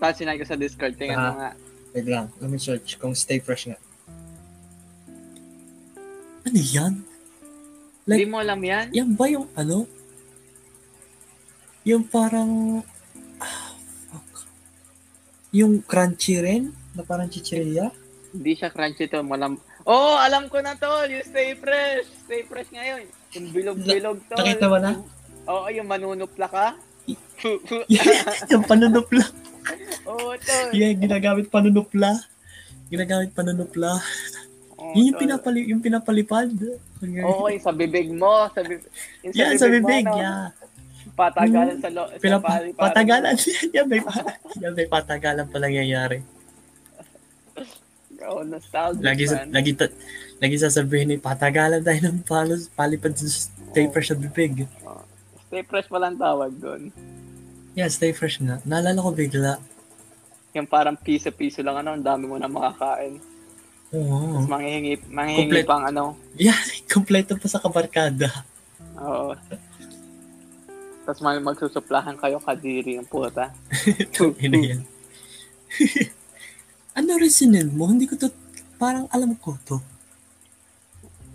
S1: Tapos sinabi ko sa Discord, tingnan mo
S2: Ah.
S1: nga.
S2: Wait lang, let me search kung stay fresh nga. Ano yan? Like-
S1: Hindi mo alam yan?
S2: Yan ba yung ano? Yung parang... Ah, fuck. Yung crunchy rin? Na parang chichiria?
S1: Hindi siya crunchy to, malam... Oh, alam ko na tol, yung Stay Fresh. Stay Fresh ngayon. Yung bilog-bilog tol.
S2: Nakita mo na?
S1: Oo, yung manunupla ka.
S2: yung panunupla.
S1: Oo, tol.
S2: Yung ginagamit panunupla. Ginagamit panunupla.
S1: Oo,
S2: Yun yung,
S1: tol.
S2: pinapali, yung pinapalipad.
S1: Oo, yung sa bibig mo. Sa bib- yung
S2: yan, sa bibig,
S1: mo, ano,
S2: yeah.
S1: Patagalan sa lo... sa
S2: Pinapa-
S1: pali- pali-
S2: patagalan. yan, may, pa- yan, may patagalan pa nangyayari.
S1: Oo, nostalgic,
S2: Lagi,
S1: man.
S2: sa, lagi, ta- lagi sasabihin ni patagalan tayo ng palos, palipad sa stay fresh sa bibig.
S1: Stay fresh pala ang tawag doon.
S2: Yeah, stay fresh nga. Naalala ko bigla.
S1: Yung parang piso-piso lang, ano, ang dami mo na makakain.
S2: Oo.
S1: Tapos manghihingi, manghihingi
S2: Oh. Complete.
S1: pang ano.
S2: Yeah, kompleto pa sa kabarkada.
S1: Oo. Tapos may magsusuplahan kayo kadiri ng puta.
S2: Ina
S1: Mm.
S2: yan. ano rin sinend mo? Hindi ko to, parang alam ko to.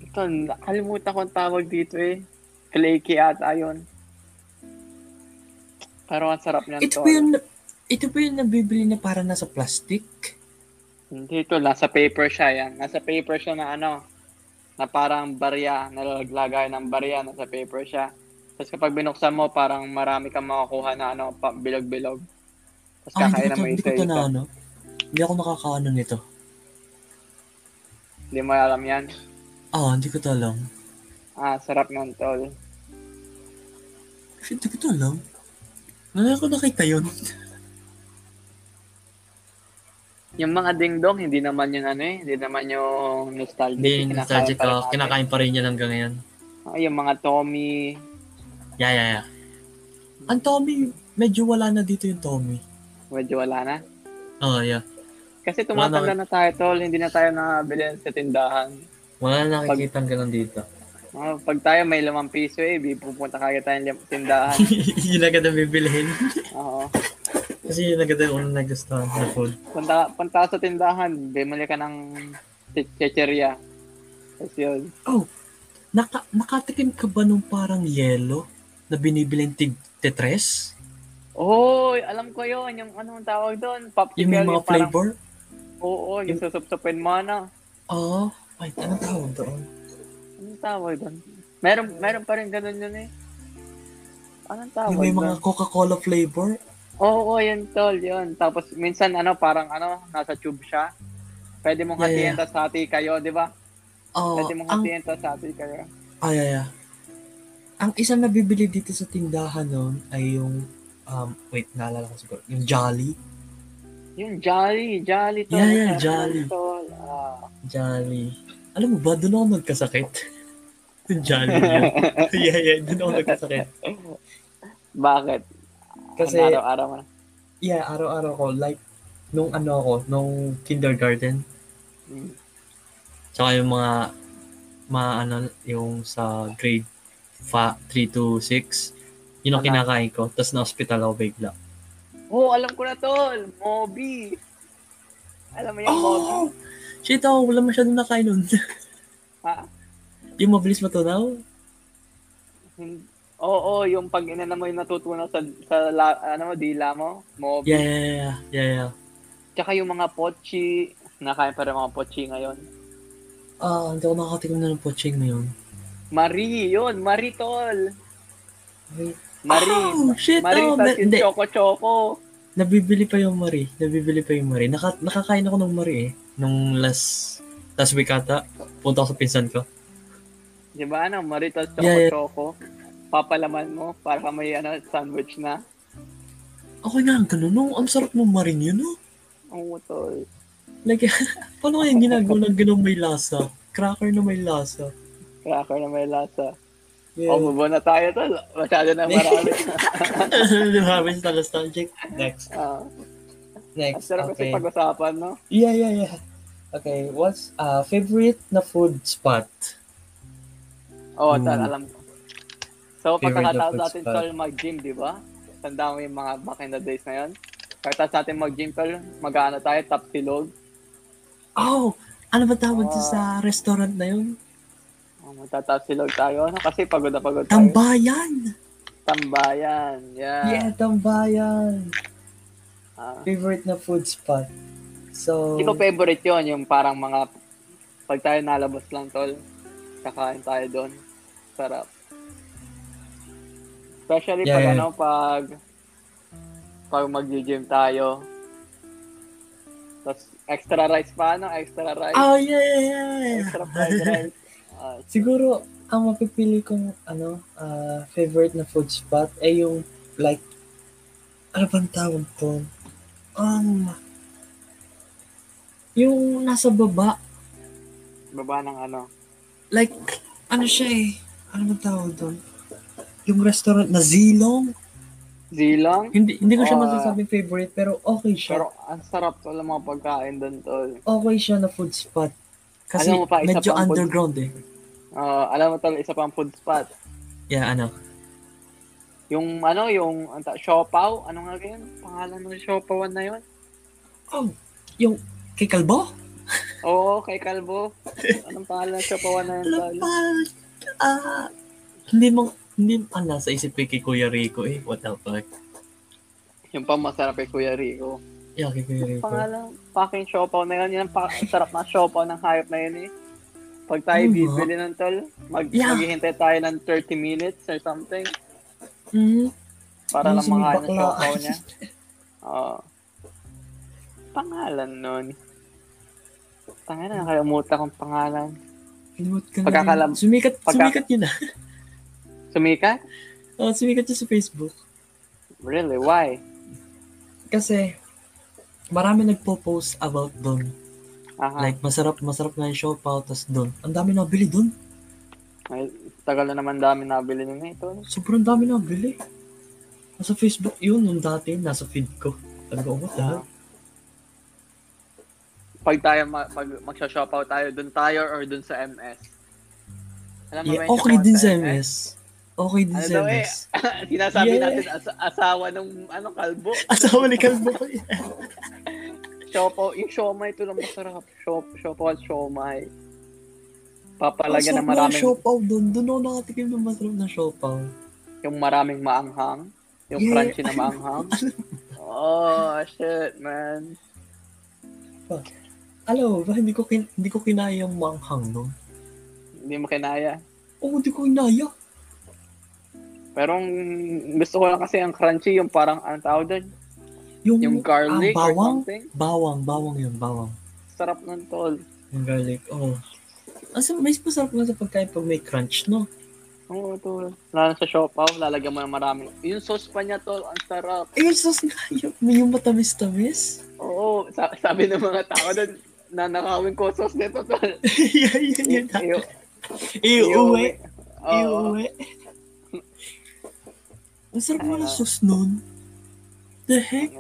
S1: Ito, nakalimutan ko ang tawag dito eh. Flaky ata yun. Pero ang sarap niyan to.
S2: Ito
S1: ano.
S2: pa yung, ito pa yung nabibili na parang nasa plastic.
S1: Hindi to, nasa paper siya yan. Nasa paper siya na ano, na parang barya, nalaglagay ng barya, nasa paper siya. Tapos kapag binuksan mo, parang marami kang makakuha na ano, pa- bilog-bilog. Tapos
S2: Ah, hindi
S1: kakain
S2: ko to,
S1: mo
S2: hindi ko to na
S1: isa-isa.
S2: ano. Hindi ako nakakaano nito.
S1: Hindi mo alam yan.
S2: Ah, hindi ko to alam.
S1: Ah, sarap nun, tol.
S2: Shit, Hindi ko to alam. Nalala ko nakita yun.
S1: Yung mga ding-dong, hindi naman yung ano eh, hindi naman yung nostalgic. Kinakain
S2: Hindi, nostalgic
S1: pa rin
S2: ako.
S1: natin.
S2: Kinakain pa rin yan hanggang ngayon.
S1: Ah, yung mga Tommy.
S2: Yeah, yeah, yeah. Ang Tommy, medyo wala na dito yung Tommy.
S1: Medyo wala na.
S2: Oh, yeah.
S1: Kasi tumatanda na tayo, tol. Hindi na tayo nakabili sa tindahan.
S2: Wala na nakikita ang ganun dito.
S1: Ah, pag tayo may limang piso eh, di pupunta kagad tayo ng lim- tindahan.
S2: yun agad ang bibilihin.
S1: Oo.
S2: Kasi yun agad yung unang nagustuhan na food.
S1: Punta, punta ka sa tindahan, bimili ka ng che- checheria. Tapos yun.
S2: Oh, naka, nakatikim ka ba nung parang yelo na binibiling tig tetres?
S1: Oy, alam ko yun. Yung anong tawag doon? Popsicle.
S2: Yung may mga
S1: yung parang-
S2: flavor?
S1: Oo, yung susupsupin mo ano? na.
S2: Oo. Oh, wait, anong tawag doon?
S1: Anong tawag doon? Meron, meron pa rin ganun yun eh. Anong tawag
S2: Yung may
S1: doon?
S2: mga Coca-Cola flavor?
S1: Oo, yun tol, yun. Tapos minsan ano, parang ano, nasa tube siya. Pwede mong
S2: Yeah,
S1: hatiin
S2: yeah.
S1: tas hati kayo, di ba?
S2: Oo.
S1: Pwede mong
S2: Oh, ang,
S1: hatiin tas hati kayo.
S2: ay, ay, ay. Ang isang nabibili dito sa tindahan noon ay yung, um, wait, naalala ko siguro, yung Jolly.
S1: Yung Jolly, Jolly tol.
S2: Yeah, yeah,
S1: sarap
S2: Jolly.
S1: yun, Tol. Ah.
S2: Jolly. Alam mo ba, doon ako nagkasakit. Yung Jolly niya. yeah, yeah, doon ako nagkasakit.
S1: Bakit?
S2: Kasi,
S1: Ang araw-araw mo na.
S2: yeah, araw-araw ko, like, nung ano ako, nung kindergarten,
S1: Mm.
S2: tsaka yung mga, mga ano, yung sa grade fa, 3 to 6, yun ang
S1: Ano?
S2: kinakain ko, tapos na-hospital ako bigla.
S1: Oh, alam ko na tol. Moby. Alam mo yung Moby?
S2: Oh! Shit, ako, wala masyadong nakain nun.
S1: Ha?
S2: yung mabilis matunaw?
S1: Hin- Oo, yung pag inana mo yung natutunan sa, sa la, ano, mo, dila mo, mo,
S2: Yeah, yeah, yeah, yeah, yeah.
S1: tsaka yung mga pochi, nakain pa rin mga pochi ngayon.
S2: Ah, hindi ako nakakatikim na ng pocheng na yun.
S1: Marie, yun, Marie Tol.
S2: Ay,
S1: Marie.
S2: Oh, shit!
S1: Marie,
S2: oh,
S1: tas
S2: na-
S1: yung
S2: hindi.
S1: Choco Choco.
S2: Nabibili pa yung Marie. Nabibili pa yung Marie. Naka, nakakain ako ng Marie eh. Nung last, last week ata, punta ako sa pinsan ko.
S1: Di ba, ano, Marie Tol, Choco
S2: Yeah, yeah.
S1: Choco. Papalaman mo para ka may ano, sandwich na.
S2: Ako nga, ganun. No, ang sarap ng Marie yun, no?
S1: Oo, Tol.
S2: Like, paano kaya ginagawa ng ganun may lasa? Cracker na may lasa.
S1: Cracker na may lasa.
S2: Yeah.
S1: Oh, move on na tayo, Tol. Masyado na marami.
S2: Harvest na nostalgic. Next.
S1: Ah, ang
S2: Next.
S1: sarap
S2: Okay.
S1: kasi pag-usapan, no?
S2: Yeah, yeah, yeah. Okay, what's uh, favorite na food spot?
S1: Oo, oh,
S2: Mm.
S1: Tol, alam ko. So,
S2: Favorite
S1: pagkakataon
S2: of
S1: natin,
S2: food spot.
S1: Tol, mag-gym, di ba? Tanda mo yung mga back in the days na yun. Pagkatapos natin mag-gym, Tol, mag-ano tayo, top silog.
S2: Oh, ano ba tawag
S1: Ah.
S2: doon sa restaurant na yun?
S1: Oh, matatap silog tayo, no? Kasi pagod na pagod tayo.
S2: Tambayan!
S1: Tambayan. Yeah.
S2: Yeah, tambayan!
S1: Ah.
S2: Favorite na food spot. So,
S1: Hindi ko favorite yun, yung parang mga pag tayo nalabas lang tol, kakain tayo doon. Sarap. Especially
S2: Yeah,
S1: pag
S2: yeah.
S1: ano, pag pag mag-gym tayo. Tapos extra rice pa, ano? Extra rice.
S2: oh yeah, yeah, yeah, yeah.
S1: Extra fried rice. Ah,
S2: Siguro, ang mapipili kong ano, ah, favorite na food spot ay yung like, ano bang tawag doon? Um, yung nasa baba,
S1: baba ng ano.
S2: like, ano siya eh, ano bang tawag doon? Yung restaurant na Zilong.
S1: Zilang.
S2: Hindi, hindi ko siya
S1: Ah.
S2: masasabing favorite, pero okay siya.
S1: Pero ang sarap tol ang mga pagkain doon tol.
S2: okay siya na food spot. Kasi
S1: Alam mo pa, isa
S2: medyo
S1: pang food-
S2: underground eh.
S1: Ah, alam mo tol, isa pang food spot.
S2: Yeah, ano.
S1: Yung ano, yung anta, Siopaw, ano nga yun? Pangalan ng Siopawan na yun?
S2: Oh, yung kay Kalbo?
S1: Oo, kay Calvo. Anong pangalan ng Siopawan na yun?
S2: Alam
S1: tol?
S2: pa, ah, hindi mo, hindi mo, ah, nasa isip ko kay Kuya Rico eh. What the fuck?
S1: Yung pang masarap kay Kuya Rico.
S2: Yeah, kay Kuya Rico.
S1: Pangalan, fucking Siopaw na yun. Yan ang pa- sarap na Siopaw ng hayop na yun eh. Pag tayo
S2: Ano ba?
S1: bibili ng tol, mag-
S2: Yeah.
S1: maghihintay tayo ng 30 minutes or something
S2: Mm,
S1: para
S2: Yung
S1: lang makain ng
S2: sumibakla.
S1: Siopaw ano, niya. Oo. pangalan nun. Tangan na, nakalimutan kong pangalan.
S2: limot ka
S1: Pagkakalam-
S2: na. Sumikat,
S1: pagka-
S2: sumikat yun ah.
S1: Sumikat?
S2: Oh, sumikat yun sa Facebook.
S1: Really? Why?
S2: Kasi, marami nagpo-post about doon.
S1: Aha.
S2: Like, masarap, masarap na yung show pa, tas doon. Ang dami nabili doon.
S1: Ay, tagal na naman dami nabili eh, nila ito.
S2: Sobrang dami nabili. Nasa Facebook yun, nung dati, nasa feed ko. Sabi ko, what the hell?
S1: Ano Pag tayo ma- pag magsha-shop out tayo, dun tayo or dun sa MS. Alam mo,
S2: Yeah,
S1: may
S2: okay
S1: shop out
S2: din
S1: tayo,
S2: sa MS. Okay din
S1: Ano
S2: sa
S1: daw eh?
S2: MS.
S1: Sinasabi
S2: Yeah.
S1: natin as- asawa ng ano kalbo.
S2: Asawa ni Calboy.
S1: Shop out, yung siomay ito lang masarap. Shop, shop out, siomay.
S2: Ah,
S1: Papalagyan ng maraming,
S2: siopaw doon. Doon ako nakatikim ng masarap na siopaw.
S1: yung maraming maanghang. Yung
S2: Yeah.
S1: crunchy na maanghang. oh, shit, man.
S2: Alam mo ba, hindi ko, kin- hindi ko kinaya yung manghang noon.
S1: Hindi mo kinaya.
S2: Oo, hindi ko kinaya.
S1: Pero ang gusto ko lang kasi ang crunchy, yung parang, ano tawag doon?
S2: Yung,
S1: Yung garlic
S2: ah,
S1: or
S2: bawang?
S1: something.
S2: Bawang, bawang yun, bawang.
S1: Sarap nun, tol.
S2: Yung garlic, oo. Oh. Asa, mas masarap nga sa pagkain pag may crunch, no?
S1: Oo, tol. Lalo sa siopaw, lalagyan mo ng maraming. Yung sauce pa niya, tol, ang sarap.
S2: Eh, yung sauce nga, yung, yung matamis-tamis.
S1: Oo, sa- sabi ng mga tao doon, nanakawin ko sauce nito, tol.
S2: yeah, yeah, yun.
S1: I-
S2: Iuwi.
S1: Oo.
S2: Iuwi. Ang sarap mo ng sauce nun. The heck?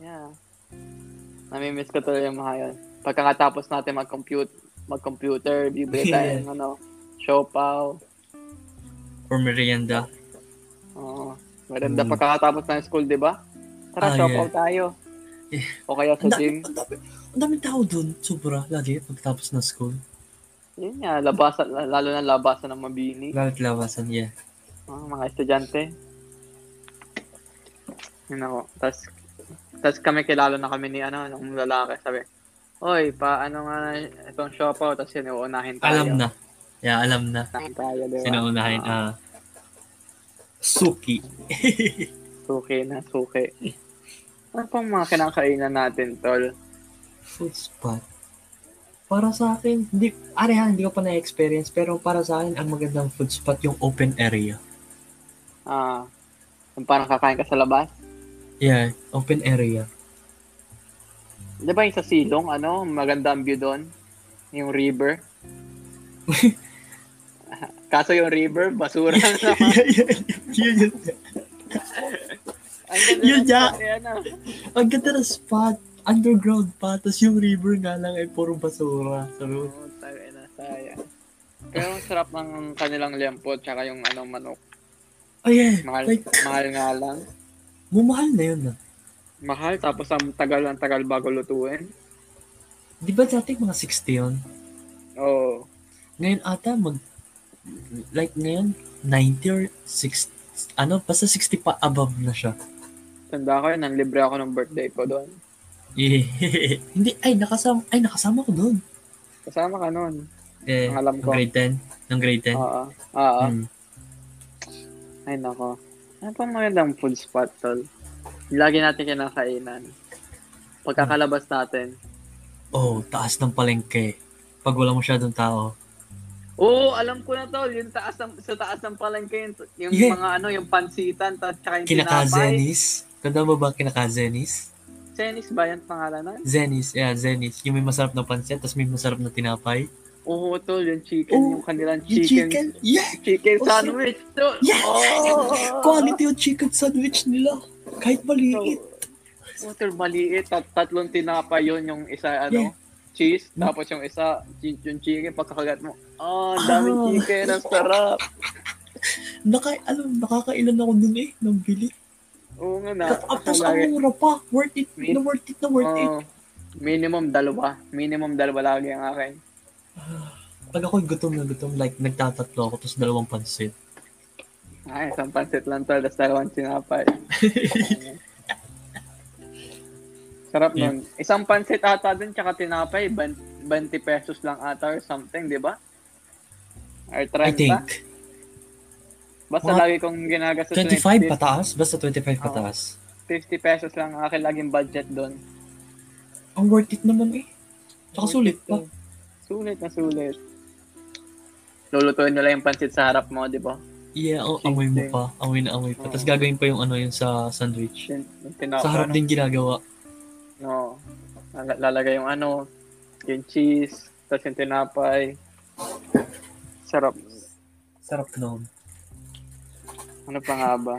S1: Yeah. Namimiss ko tuloy yung mga yun. Pagkakatapos natin mag-compute, mag-computer, bibili tayo ng ano, siopaw.
S2: Or merienda.
S1: Oo. Maganda
S2: Mm.
S1: pagkakatapos ng school, di ba? Tara,
S2: Ah,
S1: siopaw
S2: yeah.
S1: tayo.
S2: Yeah.
S1: O kaya
S2: Ang
S1: sa
S2: dami,
S1: gym.
S2: ang dami, ang dami tao dun. Sobra, lagi, pagtapos ng school.
S1: Yun nga, labasan, lalo na labasan ng mabini.
S2: Lalat labasan, yeah.
S1: Oo. Ah, mga estudyante. Yun ako. Tapos, tapos kami kilala na kami ni ano, nung lalaki. Sabi, Oy, pa ano nga itong shop out, tapos yun, uunahin tayo.
S2: Alam na. Yeah, alam na.
S1: Uunahin tayo, di ba?
S2: Sinaunahin, ah, Suki.
S1: Suki na, suki. Ano pang mga kinakainan natin, tol?
S2: Food spot. Para sa akin, hindi, ari ha, hindi ko pa na-experience, pero para sa akin, ang magandang food spot yung open area.
S1: Ah, yung parang kakain ka sa labas.
S2: Yeah, open area.
S1: Di ba yung sa Silong, ano, maganda ang view doon? Yung river. Kaso yung river, basura na naman.
S2: yun, yun.
S1: Ang ganda ng
S2: Yun, ja.
S1: pare, ano.
S2: Ang ganda ng spot. Underground pa, tapos yung river nga lang ay puro basura. Sabi ko,
S1: Oo, tayo na, Oh, sayang. Pero ang sarap ng kanilang lempo tsaka yung ano, manok.
S2: oh yeah,
S1: Mahal,
S2: like,
S1: mahal nga lang.
S2: mumahal na yun na.
S1: Mahal, tapos ang tagal ang tagal bago lutuin.
S2: Di ba dati mga 60 yun?
S1: Oo.
S2: Ngayon ata mag like ngayon 90 or 6 ano basta 60 pa above na siya.
S1: Tanda ko yun, ang libre ako ng birthday ko doon.
S2: Hindi ay nakasama ay nakasama ko doon.
S1: Kasama ka noon.
S2: Eh,
S1: Ang alam
S2: ng
S1: ko. Ah.
S2: grade 10, ng grade 10.
S1: Oo. Oo.
S2: Mm.
S1: Ay, nako. Ano pang magandang food spot, tol? Lagi natin kinakainan. Pagkakalabas natin.
S2: Oh, taas ng palengke. Pag wala masyadong tao.
S1: Oo, alam ko na, tol. Yung taas ng, sa taas ng palengke, yung, yung
S2: Yeah.
S1: mga ano, yung pansitan, at saka yung tinapay.
S2: Kinakazenis. Tanda mo ba kinakazenis?
S1: Zenis ba yan pangalan nun?
S2: Zenis, yeah, Zenis. Yung may masarap na pansit, tapos may masarap na tinapay.
S1: Oo, tol. Yung chicken,
S2: Oo,
S1: yung kanilang
S2: Yung
S1: chicken.
S2: chicken, yeah!
S1: Chicken
S2: Oh,
S1: sandwich, tol.
S2: Yeah!
S1: Oh!
S2: Quality yung chicken sandwich nila. Kahit maliit.
S1: Oh, tol, maliit. Tat tatlong tinapa yun, yung isa, ano, cheese. Tapos yung isa, chi- yung chicken, pagkakagat mo. Oh, ang daming
S2: Ah.
S1: chicken. Ang sarap.
S2: Naka, alam, nakakailan ako nun eh, ng bili.
S1: Oo nga na.
S2: Ka- Tapos ang
S1: Lagi-
S2: mura pa, worth it,
S1: Min-
S2: na worth it, na worth it.
S1: Oo. minimum dalawa. Minimum dalawa lagi ang akin.
S2: Pag ako'y gutom na gutom, like, nagtatatlo ako, tapos dalawang pansit.
S1: Ay, isang pansit lang tol, tapos dalawang sinapay. Sarap
S2: Yeah.
S1: nun. Isang pansit ata dun, tsaka tinapay, ban- 20 pesos lang ata or something, di ba? Or 30?
S2: I think,
S1: Basta
S2: Mga
S1: lagi kong ginagastos. na
S2: 25
S1: yung
S2: pataas? Basta 25
S1: Oo.
S2: pataas.
S1: 50 pesos lang ang akin laging budget doon.
S2: Ang worth it naman eh. Tsaka sulit pa.
S1: Sulit na sulit. Lulutuin nila yung pansit sa harap mo, di ba?
S2: Yeah, oh, amoy mo
S1: Same,
S2: pa. Amoy na amoy pa. Tapos
S1: Oo.
S2: gagawin pa yung ano yun sa sandwich.
S1: Yun, yung
S2: Sa
S1: tinapa,
S2: harap
S1: no?
S2: din ginagawa.
S1: No. Lal- Lalagay yung ano, yung cheese, tapos yung tinapay. Sarap.
S2: Sarap noon.
S1: Ano pa nga ba?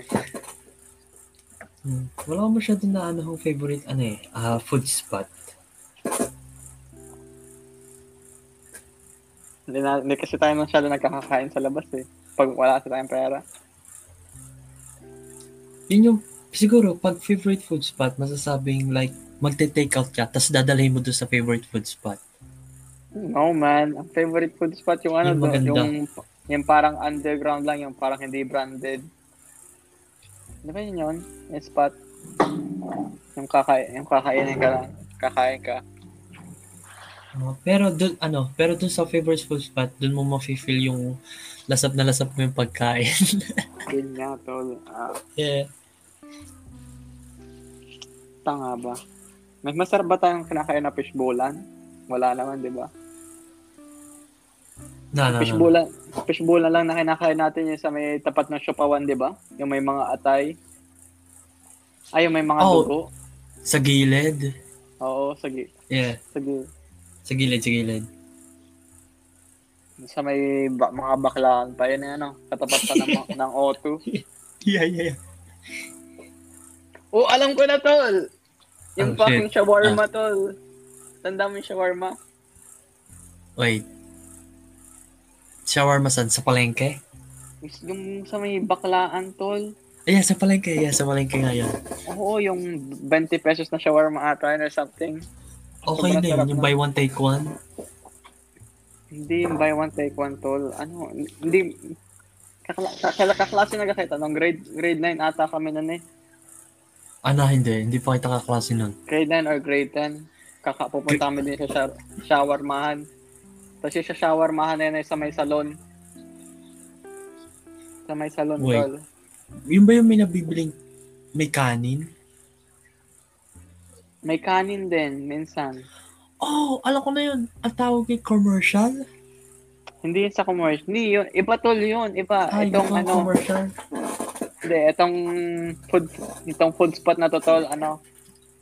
S2: Hmm. Wala ko masyado na ano kong favorite ano eh, ah, food spot.
S1: Hindi, na, hindi kasi tayo masyado nagkakakain sa labas eh. Pag wala sa tayong pera.
S2: Yun yung, siguro, pag favorite food spot, masasabing like, magte-take out ka, tapos dadalhin mo doon sa favorite food spot.
S1: No man, ang favorite food spot yung ano
S2: Yung
S1: doon,
S2: maganda.
S1: yung, yung parang underground lang, yung parang hindi branded. Di ba yun yun? Yung spot. Yung, kakain, yung kakainin ka lang. Kakain ka.
S2: Oh, pero doon, ano, pero doon sa favorite food spot, doon mo mafe-feel yung lasap na lasap mo yung pagkain.
S1: Yun nga, tol. Ah,
S2: yeah.
S1: tanga ba? Mas masarap ba tayong kinakain na fishbowlan? Wala naman, di ba?
S2: Na, na, na.
S1: Fishbowlan, fishbowlan lang na kinakain natin yung sa may tapat ng Shopawan, di ba? Yung may mga atay. Ay, yung may mga
S2: Oh.
S1: dugo.
S2: Sa gilid.
S1: Oo, sige.
S2: Yeah.
S1: Sige.
S2: Sa gilid, sa gilid.
S1: Sa may ba- mga baklaan pa, yun yung ano, katapat pa ng, mga- ng O2.
S2: Yeah, yeah, yeah.
S1: Oh, alam ko na, tol! Yung
S2: Oh,
S1: fucking shawarma, tol. Tanda mo yung shawarma?
S2: Wait. Shawarma san? Sa palengke?
S1: Yung sa may baklaan, tol.
S2: Ah, Yeah, sa palengke. Yeah, sa palengke nga yan.
S1: Oo, yung 20 pesos na shawarma ata yun or something.
S2: Okay
S1: Sobrang
S2: na
S1: sarap
S2: yun, yung
S1: na.
S2: buy one take one.
S1: Hindi yung buy one take one, tol. Ano, hindi, Kakla- kakla- kaklase na kita. Nung grade, grade 9 ata kami nun eh.
S2: Ano, hindi. Hindi pa kita kaklase nun.
S1: Grade 9 or grade 10. Kaka, pupunta kami din sa shower, showermahan. Tapos yung sa showermahan na yun ay sa may salon. Sa may salon,
S2: Uy.
S1: tol.
S2: Yun ba yung may nabibiling may kanin?
S1: May kanin din, minsan.
S2: Oh, alam ko na yun. Ang tawag kay commercial?
S1: Hindi yun sa commercial. Hindi yun. Iba tol yun. Iba.
S2: Ay,
S1: itong
S2: mukhang
S1: ano.
S2: commercial.
S1: Hindi, itong food, itong food spot na to tol, ano.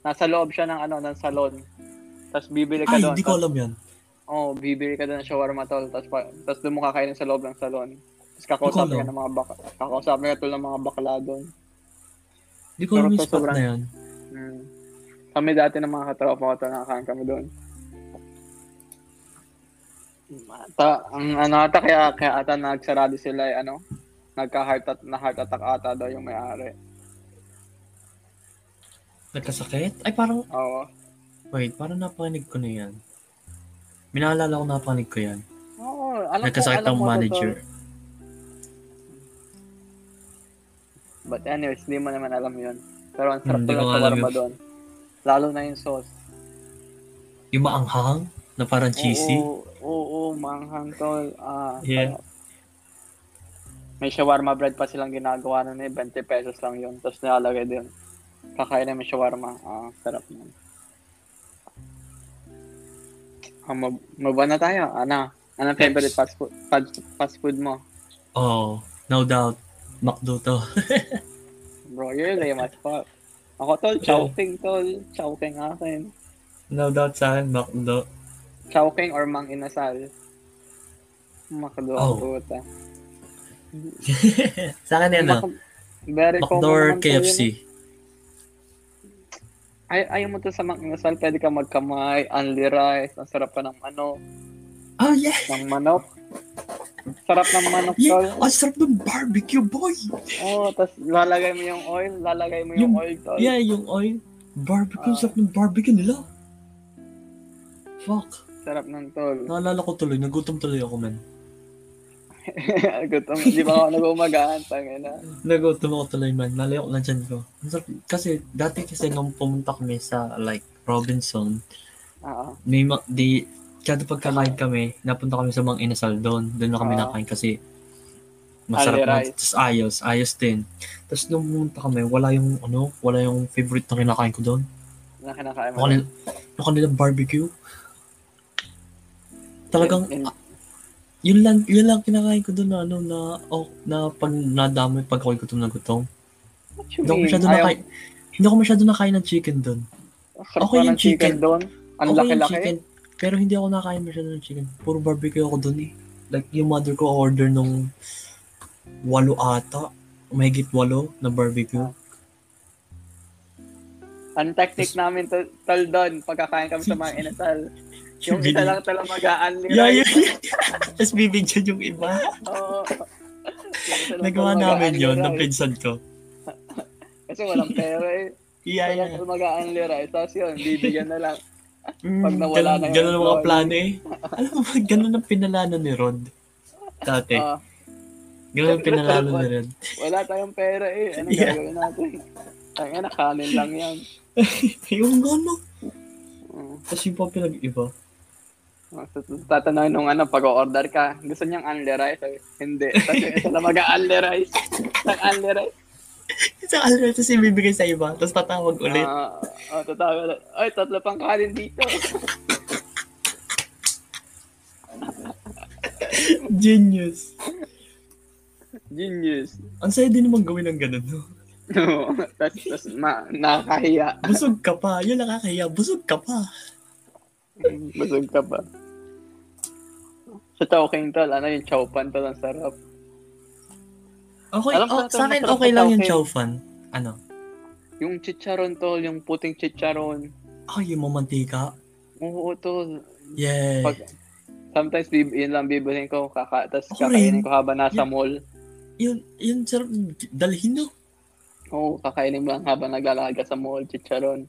S1: Nasa loob siya ng ano, ng salon. Tapos bibili ka
S2: Ay,
S1: doon.
S2: hindi ko alam yun.
S1: Oo, oh, bibili ka doon ng shawarma tol. Tapos, pa, tapos doon mo kakainin sa loob ng salon. Tapos
S2: Ikaw,
S1: kakausapin ka
S2: no?
S1: ng mga baka. Kakausapin ka tol ng mga bakla doon.
S2: Hindi ko alam
S1: Pero
S2: yung spot
S1: sobrang-
S2: na yun.
S1: Mm. Kami dati ng mga katropa ko tol, nakakain kami doon. Ta, ang ano ata kaya kaya ata nagsarado sila eh, ano? Nagka heart at na heart attack ata daw yung may-ari.
S2: Nagkasakit? Ay, parang,
S1: Oo.
S2: wait, parang napakinig ko na yan. Minaalala ko napakinig ko yan.
S1: Oo, alam
S2: Nagkasakit
S1: alam
S2: ang
S1: mo ano to,
S2: manager.
S1: tol. But anyways, hindi mo naman alam yun. Pero ang sarap hmm,
S2: Hmm, di ko
S1: ng
S2: alam
S1: shawarma
S2: yun.
S1: doon. Lalo na yung sauce.
S2: Yung maanghang na parang cheesy.
S1: Oo, oo, oo manghang tol. Ah,
S2: Yeah.
S1: sarap. May shawarma bread pa silang ginagawa nun eh. 20 pesos lang yun. Tapos nilalagay din. Kakain na may shawarma. Ah, sarap nun. Ah, mab- maba na tayo. Ano? Anong favorite fast food, fast, fast food mo?
S2: Oh, no doubt. McDo to.
S1: Bro, you're lame as fuck. Ako tol, chowking tol. Chowking akin.
S2: No doubt sa akin, McDo.
S1: Chowking or mang inasal. Makdo ang
S2: Oh.
S1: puta.
S2: sa akin ano? yan, ah? no?
S1: Mak- Very
S2: McDo
S1: common
S2: or
S1: naman ano po yun. eh.
S2: KFC.
S1: Ay, ayaw mo to sa mang inasal, pwede ka magkamay, only rice, ang sarap pa ng ano,
S2: Oh, yeah!
S1: ng manok. Sarap ng manok, tol.
S2: Yeah! Ang sarap ng barbecue, boy!
S1: Oo, oh, tapos lalagay mo yung oil, lalagay mo yung,
S2: Yung-
S1: oil, tol.
S2: Yeah, yung oil. Barbecue,
S1: Ah.
S2: sarap ng barbecue nila. Fuck.
S1: Sarap ng tol.
S2: Naalala ko tuloy, nagutom tuloy ako, man.
S1: Gutom, di ba ako nag-umagahan, tangin na.
S2: Nagutom ako tuloy, man. Nalayo ko na dyan ko. Ang sarap. Kasi, dati kasi nung pumunta kami sa, like, Robinson,
S1: Oo.
S2: may ma- di kada pagkakain kami, napunta kami sa mga inasal doon. Doon na kami
S1: Ah.
S2: nakain kasi masarap
S1: Ali
S2: na.
S1: rice.
S2: Tapos ayos, ayos din. Tapos nung pumunta kami, wala yung ano, wala yung favorite na kinakain ko doon.
S1: Na kinakain
S2: Yung, kanil- yung kanilang barbecue. Talagang,
S1: In- in-
S2: yun lang, yun lang kinakain ko doon na ano, na, oh, na pag nadami pag ako'y gutom na gutom.
S1: What you
S2: Hindi ako
S1: mean?
S2: masyado
S1: Hmm, Ayaw-
S2: nakain. Hindi ako masyado nakain ng chicken doon.
S1: Sarap
S2: Okay
S1: na
S2: yung
S1: ng chicken,
S2: chicken.
S1: doon. Ang
S2: Okay yung
S1: laki-laki.
S2: chicken, pero hindi ako nakain masyado ng chicken. Puro barbecue ako dun eh. Like, yung mother ko order nung walo ata, mahigit walo na barbecue.
S1: Ang technique namin to, tol doon, pagkakain kami sa mga inasal. Yung isa lang tala magaan ni
S2: Yeah, yeah, yeah. Tapos bibigyan yung iba.
S1: Oo. Yung isa lang
S2: Nagawa
S1: talaga
S2: namin
S1: unli
S2: yun ng
S1: rice.
S2: pinsan ko.
S1: Kasi walang pera eh.
S2: Yeah,
S1: Kaya yeah.
S2: yeah.
S1: magaan ni rice. Tapos yun, bibigyan na lang.
S2: Mm,
S1: Pag nawala
S2: ganun,
S1: na yung
S2: ganun ang mga
S1: trolley.
S2: plano eh. Alam mo ba, ganun ang pinalano ni Rod. Dati.
S1: Ah,
S2: ganun ang pinalano ni Rod.
S1: wala tayong pera eh. Anong
S2: Yeah.
S1: gagawin natin? Tangina, na, kanin lang yan.
S2: yung gano'n.
S1: Mm.
S2: Tapos yung pa pinag-iba.
S1: Tatanungin nung ano, pag-order ka, gusto niyang unli rice? Sabi, Hindi. Tapos yung isa lang mag-unli rice. Nang unli rice.
S2: Sa alam, tapos ibibigay sa iba. Tapos tatawag ulit.
S1: Ah, oh, tatawa na. Ay, tatlo pang kanin dito.
S2: Genius.
S1: Genius.
S2: Ang saya din naman gawin ng ganun, no?
S1: No. tas, tas, ma, nakakahiya.
S2: Busog ka pa. Yun nakakahiya. Busog ka pa.
S1: Busog ka pa. Sa Chowking Tol, ano yung chowpan tol, ang sarap.
S2: Okay,
S1: Alam ko
S2: oh,
S1: na to,
S2: sa akin
S1: masarap
S2: okay
S1: na
S2: lang yung
S1: tawke.
S2: chow fan. Ano?
S1: Yung chicharon tol, yung puting chicharon.
S2: Oh, yung mamantika.
S1: Oo tol.
S2: Yeah.
S1: Pag, sometimes bib, yun lang bibilhin ko, kaka, tas
S2: Eh. Ako
S1: kakainin
S2: rin.
S1: ko habang nasa
S2: Yeah.
S1: mall.
S2: Yun, yun sarap. Dalhin, no?
S1: Oo, kakainin mo lang habang naglalakad ka sa mall, chicharon.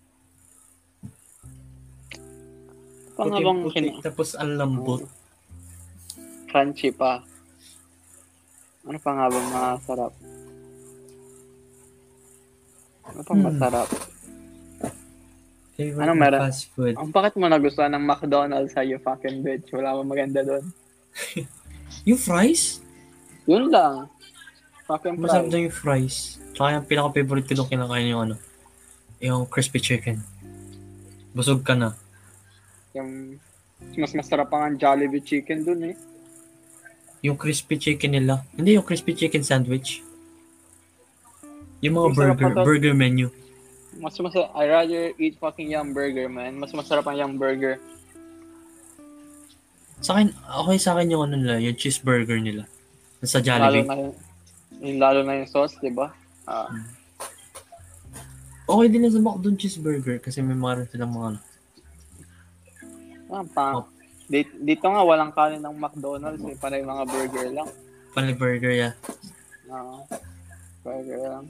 S1: Pang habang
S2: Puting-putik,
S1: kina-
S2: tapos ang lambot.
S1: crunchy pa. Ano pa nga ba masarap? Ano pa
S2: Hmm.
S1: masarap?
S2: Favorite
S1: Anong
S2: na
S1: meron?
S2: fast food.
S1: Ang bakit mo nagustuhan ng McDonald's ha, you fucking bitch? Wala bang maganda doon?
S2: Yung fries?
S1: Yun lang. Fucking
S2: Masarap
S1: proud.
S2: daw yung fries. Tsaka yung pinaka-favorite ko doon kinakain yung ano, yung crispy chicken. Busog ka na.
S1: Yung mas masarap pa nga ang Jollibee chicken doon eh.
S2: Yung crispy chicken nila. Hindi yung crispy chicken sandwich. Yung mga
S1: Yung sarap
S2: burger,
S1: na to.
S2: burger menu.
S1: Mas masarap. I rather eat fucking Yum Burger, man. Mas masarap ang Yum Burger.
S2: Sa akin, okay sa akin yung ano nila, yung cheeseburger nila. Sa
S1: Lalo
S2: Jollibee.
S1: na yung, yung lalo na yung sauce, di ba? Ah,
S2: Okay din yung sa McDonald's cheeseburger kasi may mga rin silang mga ano. Hmm.
S1: ah,
S2: Oh.
S1: pang. Dito, dito nga, walang kanin ng McDonald's eh. Para yung mga burger lang.
S2: Panay burger, yeah.
S1: Oo. Burger lang.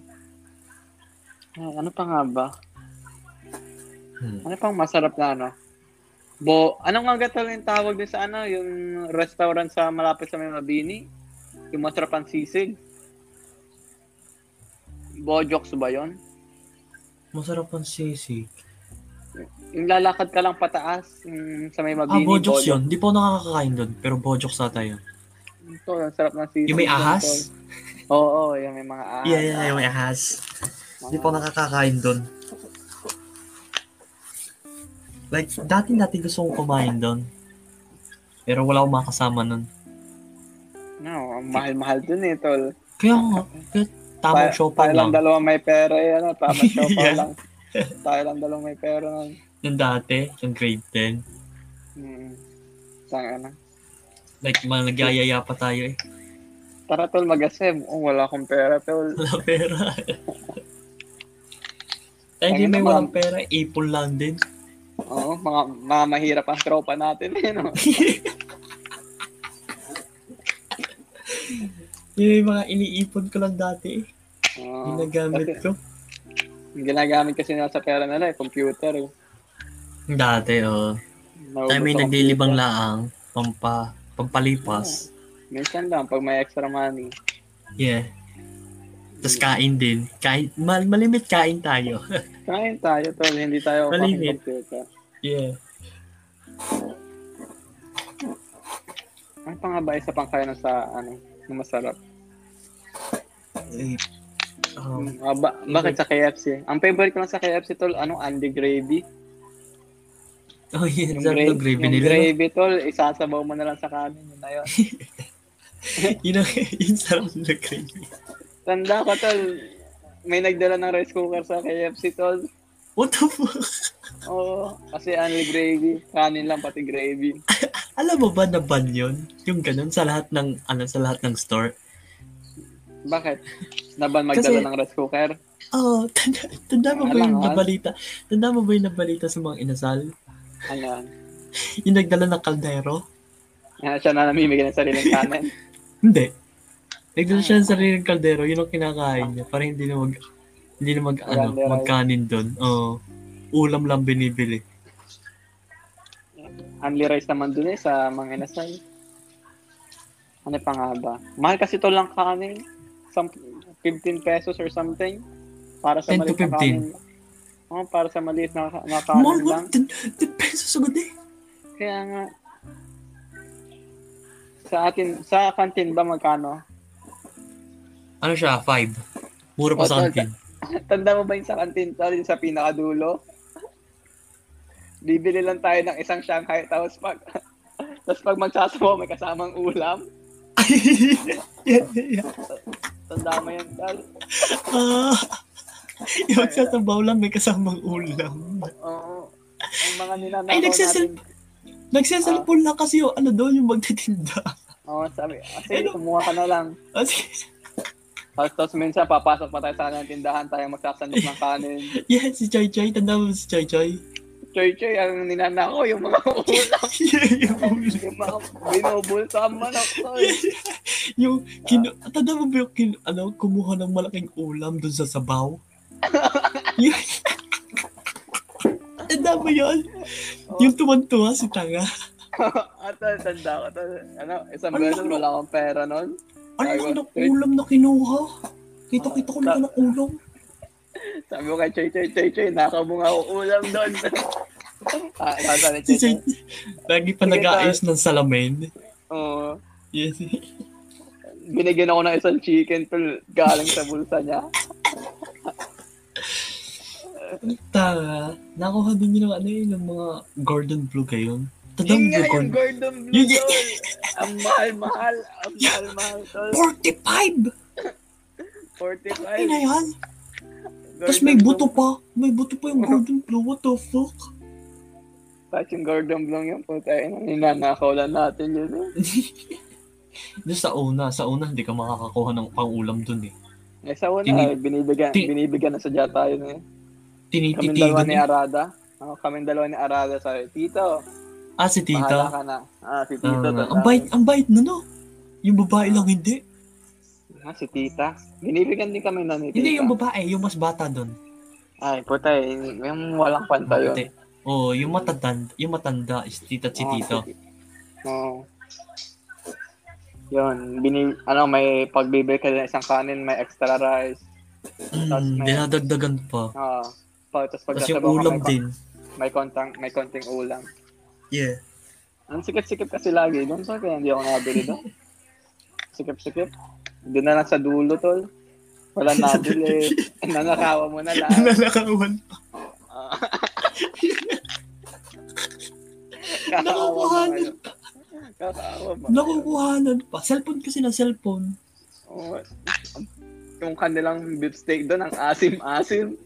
S1: Ay, ano pa nga ba?
S2: Hmm.
S1: Ano pang masarap na ano? Bo, anong nga gatal yung tawag doon sa ano? Yung restaurant sa malapit sa may Mabini? Yung masarap ang sisig? Bojok's ba yon?
S2: Masarap ang sisig.
S1: Yung lalakad ka lang pataas yung sa may
S2: Ah,
S1: Mabini.
S2: Bojox yun. Di pa ako nakakakain doon, pero Bojox ata yun.
S1: Ito, ang sarap ng sisig.
S2: Yung may
S1: dun,
S2: ahas?
S1: tol. Oo, oo, yung may mga ahas.
S2: Yeah, yeah, yeah, yung may ahas. Di pa ako nakakakain doon. Like, dati-dati gusto kong kumain doon. Pero wala akong makasama nun.
S1: No, ang mahal-mahal dun eh, tol.
S2: Kaya nga, kaya tamang
S1: Tayo- Tayo
S2: shopan lang.
S1: lang dalawang may pera eh, ano, tama shopan
S2: Yeah.
S1: lang. Tayo lang dalawang may pera nun.
S2: Yung dati, yung grade 10.
S1: Mm. Tang ano.
S2: Like, mga nagyayaya pa tayo eh.
S1: Tara tol, mag-SM. Oh, wala akong pera tol.
S2: Wala pera. Tayo
S1: Ano
S2: din may walang pera, ipon lang din.
S1: Oo, mga, mga mahirap ang tropa natin eh, no?
S2: Yun yung mga iniipon ko lang dati eh.
S1: Oo.
S2: Ginagamit ko.
S1: Kasi, yung ginagamit kasi nila sa pera nila eh, computer eh.
S2: Dati, oh.
S1: Naubos
S2: Tayo may
S1: sa
S2: naglilibang
S1: computer.
S2: laang, pampa, pampalipas.
S1: Minsan lang, pag may extra money.
S2: Yeah. Tapos kain din. Kain, mal- malimit kain tayo.
S1: Kain tayo tol, hindi tayo fucking
S2: Malimit.
S1: computer.
S2: yeah.
S1: Ano pa nga ba isa pang kaya sa ano, yung masarap?
S2: Eh, Um,
S1: Ah, ba- bakit sa KFC? Ang favorite ko lang sa KFC tol, ano, Andy Gravy.
S2: oh, yeah.
S1: Yung,
S2: Sarap
S1: gra-
S2: ng gravy
S1: yung
S2: nila. no?
S1: gravy tol, isasabaw mo na lang sa kanin. Yun na yun.
S2: yun ang yun sarap ng gravy.
S1: Tanda ko tol, may nagdala ng rice cooker sa KFC tol.
S2: What the fuck?
S1: Oo, kasi only gravy. Kanin lang pati gravy.
S2: Alam mo ba na ban yun? Yung ganun sa lahat ng, ano, sa lahat ng store?
S1: Bakit? Naban magdala
S2: Kasi-
S1: ng rice cooker?
S2: Oh, tanda, tanda mo ba yung
S1: Alangan.
S2: nabalita? Tanda mo ba yung nabalita sa mga inasal?
S1: Ano?
S2: Yung nagdala ng kaldero?
S1: Ah, siya na namimigay ng sariling kanin.
S2: Hindi. Nagdala siya ng sariling kaldero, yun ang kinakain niya. Para hindi na mag, hindi na mag, ano,
S1: Grande rice.
S2: magkanin doon. Oo. ulam lang binibili.
S1: Only rice naman dun eh sa mga inasal. Ano pa nga ba? Mahal kasi to lang kanin. Some, 15 pesos or something. Para sa
S2: 10 to
S1: maliit na
S2: 15.
S1: kanin. Oo, para sa maliit na, na
S2: Mahal
S1: kanin
S2: mo,
S1: lang.
S2: 10 10 pesos agad eh.
S1: Kaya nga. Sa atin, sa kantin ba magkano?
S2: Ano siya, 5. Mura pa
S1: Oh,
S2: sa
S1: tol,
S2: kantin.
S1: Tanda mo ba yung sa kantin tol, yung sa pinakadulo? Bibili lang tayo ng isang Shanghai tapos pag tapos pag magsasabaw may kasamang ulam.
S2: yeah, yeah, yeah.
S1: Tanda mo yan tol.
S2: Ah, yung magsasabaw lang may kasamang ulam.
S1: Oo. Ang mga ninanakaw
S2: Ay, nagsasalp- Nagsiselfon lang kasi yung ano doon, yung magtitinda.
S1: natin. Oo,
S2: Ah,
S1: sabi. Kasi kumuha ka na lang.
S2: Kasi,
S1: Tapos, tapos minsan papasok pa tayo sa kanilang tindahan, tayo magsasandok ng kanin.
S2: yeah, si Chai Chai, tanda mo si Chai Chai.
S1: Choy choy, ang ninanakaw yung mga ulam.
S2: yeah, yung ulam.
S1: yung mga binubulto ang manok tol.
S2: Yung, kinu- tanda mo ba yung, kin- ano, kumuha ng malaking ulam doon sa sabaw? yun. tanda mo yun? Yung tuwan-tuwa si Tanga.
S1: At Oh, tanda ko, tol. ano, isang
S2: Ang
S1: beses
S2: laki.
S1: wala akong pera nun.
S2: Ano
S1: Ay,
S2: ang
S1: what?
S2: ng ulam na kinuha? Kita-kita ko lang ng ulam.
S1: Sabi ko kay Choy Choy Choy Choy, nakabunga ako ulam doon. ah, tata ni
S2: Si
S1: Choy Choy.
S2: Sir, lagi pa
S1: Sige,
S2: nag-aayos ng salamin.
S1: Oo.
S2: Yes.
S1: oh, binigyan ako ng isang chicken tol galing sa bulsa niya.
S2: Tara, nakuha din yun ng ano yun, ng mga Gordon Blue kayo. Tadang
S1: Yun nga
S2: yung
S1: yung
S2: Gordon.
S1: Gordon Blue
S2: Yun nga-
S1: tol. Ang mahal-mahal. Ang mahal-mahal tol.
S2: 45! Ina
S1: 45.
S2: yan! Tapos
S1: Gordon
S2: may
S1: Blue.
S2: buto pa. May buto pa yung Gordon Blue. What the fuck?
S1: Tapos yung Gordon Blue yung puta. Ay, ninanakaw lang natin yun eh.
S2: Doon sa una, sa una hindi ka makakakuha ng pang-ulam dun eh.
S1: Eh, sa una,
S2: Tini-
S1: eh, binibigyan,
S2: ti-
S1: binibigyan na sadya tayo na eh. Kaming
S2: Tinititigan.
S1: dalawa ni
S2: yun.
S1: Arada. Oh, kaming dalawa ni Arada sa Tito,
S2: Ah, si
S1: bahala
S2: tita.
S1: ka na. Ah, si Tito.
S2: Ah,
S1: tol.
S2: ang bait, ang bait na no. Yung babae lang hindi.
S1: Ah, si Tita. Binibigyan din kami na ni Tita.
S2: Hindi, yung babae, yung mas bata dun.
S1: Ay, puta eh. Yung walang kwenta yun.
S2: Bakit eh? Oo, oh, yung matanda, yung matanda is tita at si
S1: Ah,
S2: tito.
S1: si- Oo. Yun, bini, ano, may pagbibili ka ng isang kanin, may extra rice. Tapos
S2: Mm,
S1: may-
S2: dinadagdagan pa.
S1: Oo. pa, tapos
S2: Tapos
S1: pagkasabaw
S2: yung
S1: ka,
S2: ulam
S1: may,
S2: din.
S1: may, kontang, may konting ulam.
S3: Yeah.
S1: Ang sikip-sikip kasi lagi doon, so kaya hindi ako nabili doon. Sikip-sikip. Doon na lang sa dulo, tol. Wala nabili. Nanakawa mo na lang.
S2: Nalakawan pa.
S1: Ah. Kakaawa mo
S2: Nakukuhanan
S1: ngayon. Kakaawa mo.
S2: Nakukuhanan pa. Cellphone kasi na cellphone.
S1: Oo. Yung kanilang beefsteak doon, ang asim-asim.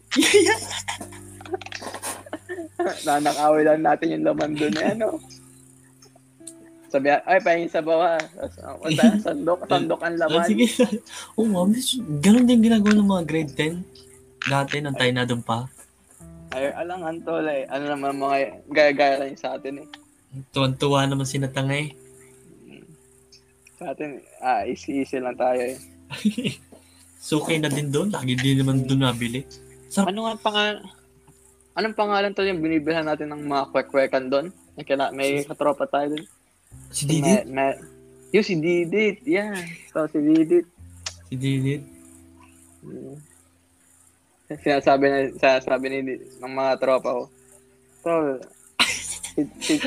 S1: Nanakawin lang natin yung laman doon eh, ano? Sabi, ay, pahingin sa bawa. Tapos, ah, wala, sandok, sandok ang
S2: Ah,
S1: laman.
S2: sige. Oo nga, miss. Ganun din ginagawa ng mga grade 10. Dati, nung tayo na doon pa.
S1: Ay, alangan tol eh. Ano naman mga gaya-gaya lang yung sa atin eh.
S2: Tuwan-tuwa naman si Natangay.
S1: Sa atin, ah, easy-easy lang tayo eh.
S2: Sukay na din doon. Lagi din naman doon nabili. Sarap.
S1: Ano nga pangalan? Anong pangalan tol yung binibilhan natin ng mga kwek-kwekan doon? May, kila- may katropa tayo doon.
S2: Si Didit.
S1: May, may, yung si Didit, yeah. So, si Didit.
S2: Si Didit.
S1: Mm. Sinasabi na, sinasabi ni, ng mga tropa ko. Tol, si- si-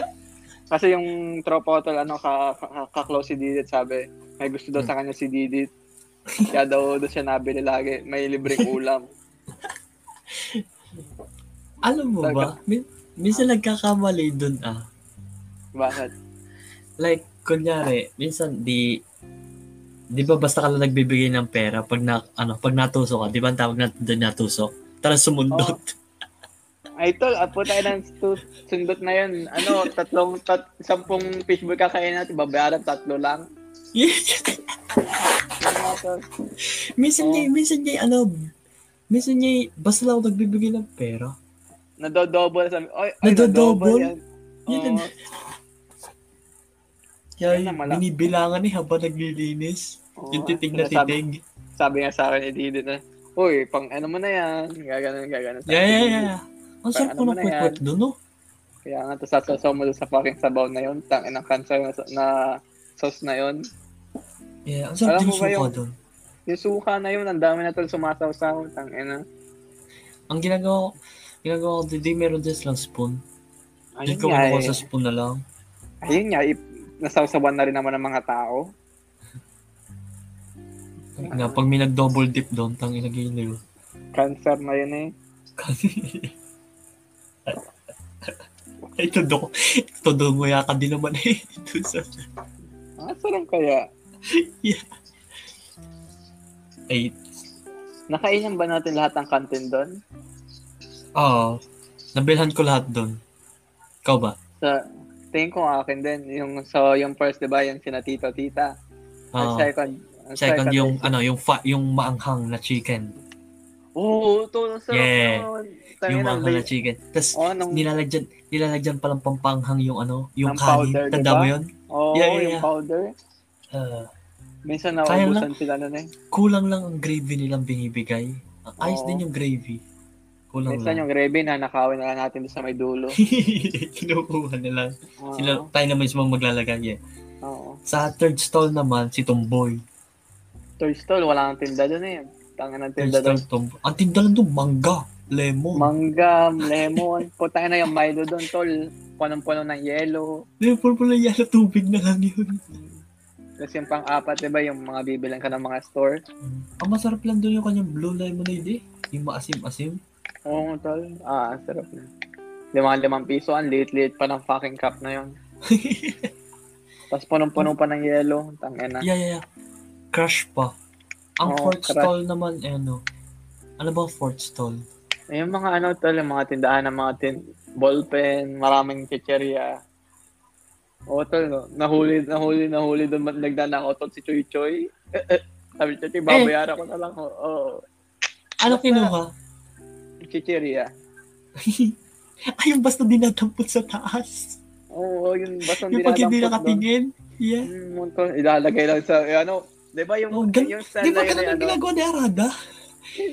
S1: kasi yung tropa ko, tol, ano, ka, ka, ka-close si Didit, sabi, may gusto daw sa
S2: Hmm.
S1: kanya si Didit. Kaya daw, daw siya nabili lagi, may libreng ulam.
S2: Alam mo ba? Min- minsan nagkakamali doon ah.
S1: Bakit?
S2: Like, kunyari, minsan di... Di ba basta ka lang nagbibigay ng pera pag na, ano, pag natusok ka, di ba ang tawag natin doon natusok? Tara sumundot.
S1: Ay, tol, apo tayo ng stu- sundot na yun. Ano, tatlong, tat, sampung fishbowl kakainin natin, babayaran tatlo lang. Ano nga, tol?
S2: Minsan
S1: Oo.
S2: niya, minsan niya, ano, minsan niya, basta lang ako nagbibigay ng pera.
S1: Nadodouble sa... Ay, ay,
S2: Nadodouble?
S1: nadodouble yan.
S2: Yun
S1: Oo.
S2: Kaya
S1: Yan na, mala-
S2: binibilangan eh habang naglilinis.
S1: Oo,
S2: yung titig na
S1: sinasabi-
S2: titig.
S1: Sabi nga sa akin ni Didi na, Uy, pang ano mo na yan. Gaganon, gaganon.
S2: Yeah, yeah, yeah. Ang
S1: Parang
S2: sarap
S1: ano
S2: ko ng
S1: mo na
S2: kwet-kwet doon, no?
S1: Kaya nga, tapos sasasaw mo doon sa fucking sabaw na yun. Tangin ang cancer na, na sauce na yun.
S2: Yeah, ang sarap
S1: Alam
S2: din
S1: mo ba
S2: suka
S1: yung-
S2: doon.
S1: Yung suka na yun, ang dami na tol sumasaw-saw. Tangin na.
S2: Ang ginagawa ko, ginagawa ko today, meron din silang spoon. Hindi
S1: Ayun
S2: ko
S1: nga
S2: kinukuha
S1: eh.
S2: sa spoon na lang.
S1: Ayun nga, ip, nasawsawan na rin naman ng mga tao.
S2: Nga,
S1: Ah.
S2: pag may nag-double dip doon, tang ilagay na yun.
S1: Cancer na yun eh.
S2: Ay, todo ko. Todo mo yaka din naman eh. Doon sa...
S1: Ah, sarap kaya.
S2: Ay,
S1: Nakainan ba natin lahat ng kantin doon?
S2: oo. nabilhan ko lahat doon. Ikaw ba?
S1: Sa, tingin ko akin din. Yung, so, yung first, di ba, yung sina tito-tita. Ang
S2: Oo.
S1: second, ang
S2: Second yung
S1: is-
S2: ano, yung fa- yung maanghang na chicken.
S1: Oo, ito ang sarap
S2: Yeah.
S1: nun.
S2: yung
S1: Tangin ang
S2: maanghang na
S1: bait.
S2: chicken. Tapos
S1: Oo, oh, nung,
S2: nilalagyan nilalagyan pa lang pampanghang yung ano,
S1: Ng
S2: yung kanin.
S1: powder,
S2: Tanda
S1: diba?
S2: mo yun?
S1: oo,
S2: Yeah, yeah,
S1: yung
S2: yeah.
S1: powder.
S2: Ah,
S1: Minsan
S2: Kaya lang.
S1: nauubusan sila nun eh.
S2: kulang lang ang gravy nilang binibigay. Ang Ayos
S1: Oo.
S2: din yung gravy. Kulang
S1: Minsan
S2: lang.
S1: Oh. yung gravy na nakawin na lang natin doon sa may dulo.
S2: Kinukuha nila.
S1: Oo,
S2: Sila, tayo na mismo maglalagay eh.
S1: oo.
S2: Sa third stall naman, si Tomboy.
S1: Toy stall, wala nang tinda doon eh. Tangan ng tinda doon.
S2: Crystal Tomb. Ang tinda lang doon, mangga, lemon.
S1: Mangga, lemon, putang na yung Milo doon, tol. Punong-puno ng yelo.
S2: Yung purple na yellow tubig na lang yun.
S1: Tapos yung pang-apat, di ba, yung mga bibilan ka ng mga store.
S2: Ang masarap lang doon yung kanyang blue lemonade eh. Yung maasim-asim.
S1: Oo, tol. Ah, ang sarap na. Limang limang piso, ang liit-liit pa ng fucking cup na yun. Tapos punong-puno pa ng yelo, tangin na.
S2: yeah, yeah, yeah. Crush pa. Ang
S1: Oo,
S2: fourth
S1: crush.
S2: stall naman, eh, ano. Ano ba ang fourth stall?
S1: Yung mga ano, tol, yung mga tindahan ng mga tin ballpen, maraming chicherya. Oo, tol, no? nahuli, nahuli, nahuli doon, ba't nagdaan ako, tol, si Choy Choy. Eh, eh. Sabi ko, Choy, babayaran ko na lang. Oo, oh, Basta-
S2: Ano kinuha?
S1: chicherya.
S2: Ay, yung basta dinadampot sa taas.
S1: Oo, yun, basta
S2: Yung pag
S1: dinadampot
S2: hindi
S1: doon.
S2: nakatingin. Yeah.
S1: Mm, munto, ilalagay lang sa, eh, ano, di ba yung,
S2: Oh, gan-
S1: yung stand
S2: Di ba
S1: na yun,
S2: ganun
S1: eh,
S2: ang
S1: ano?
S2: ginagawa ni Arada?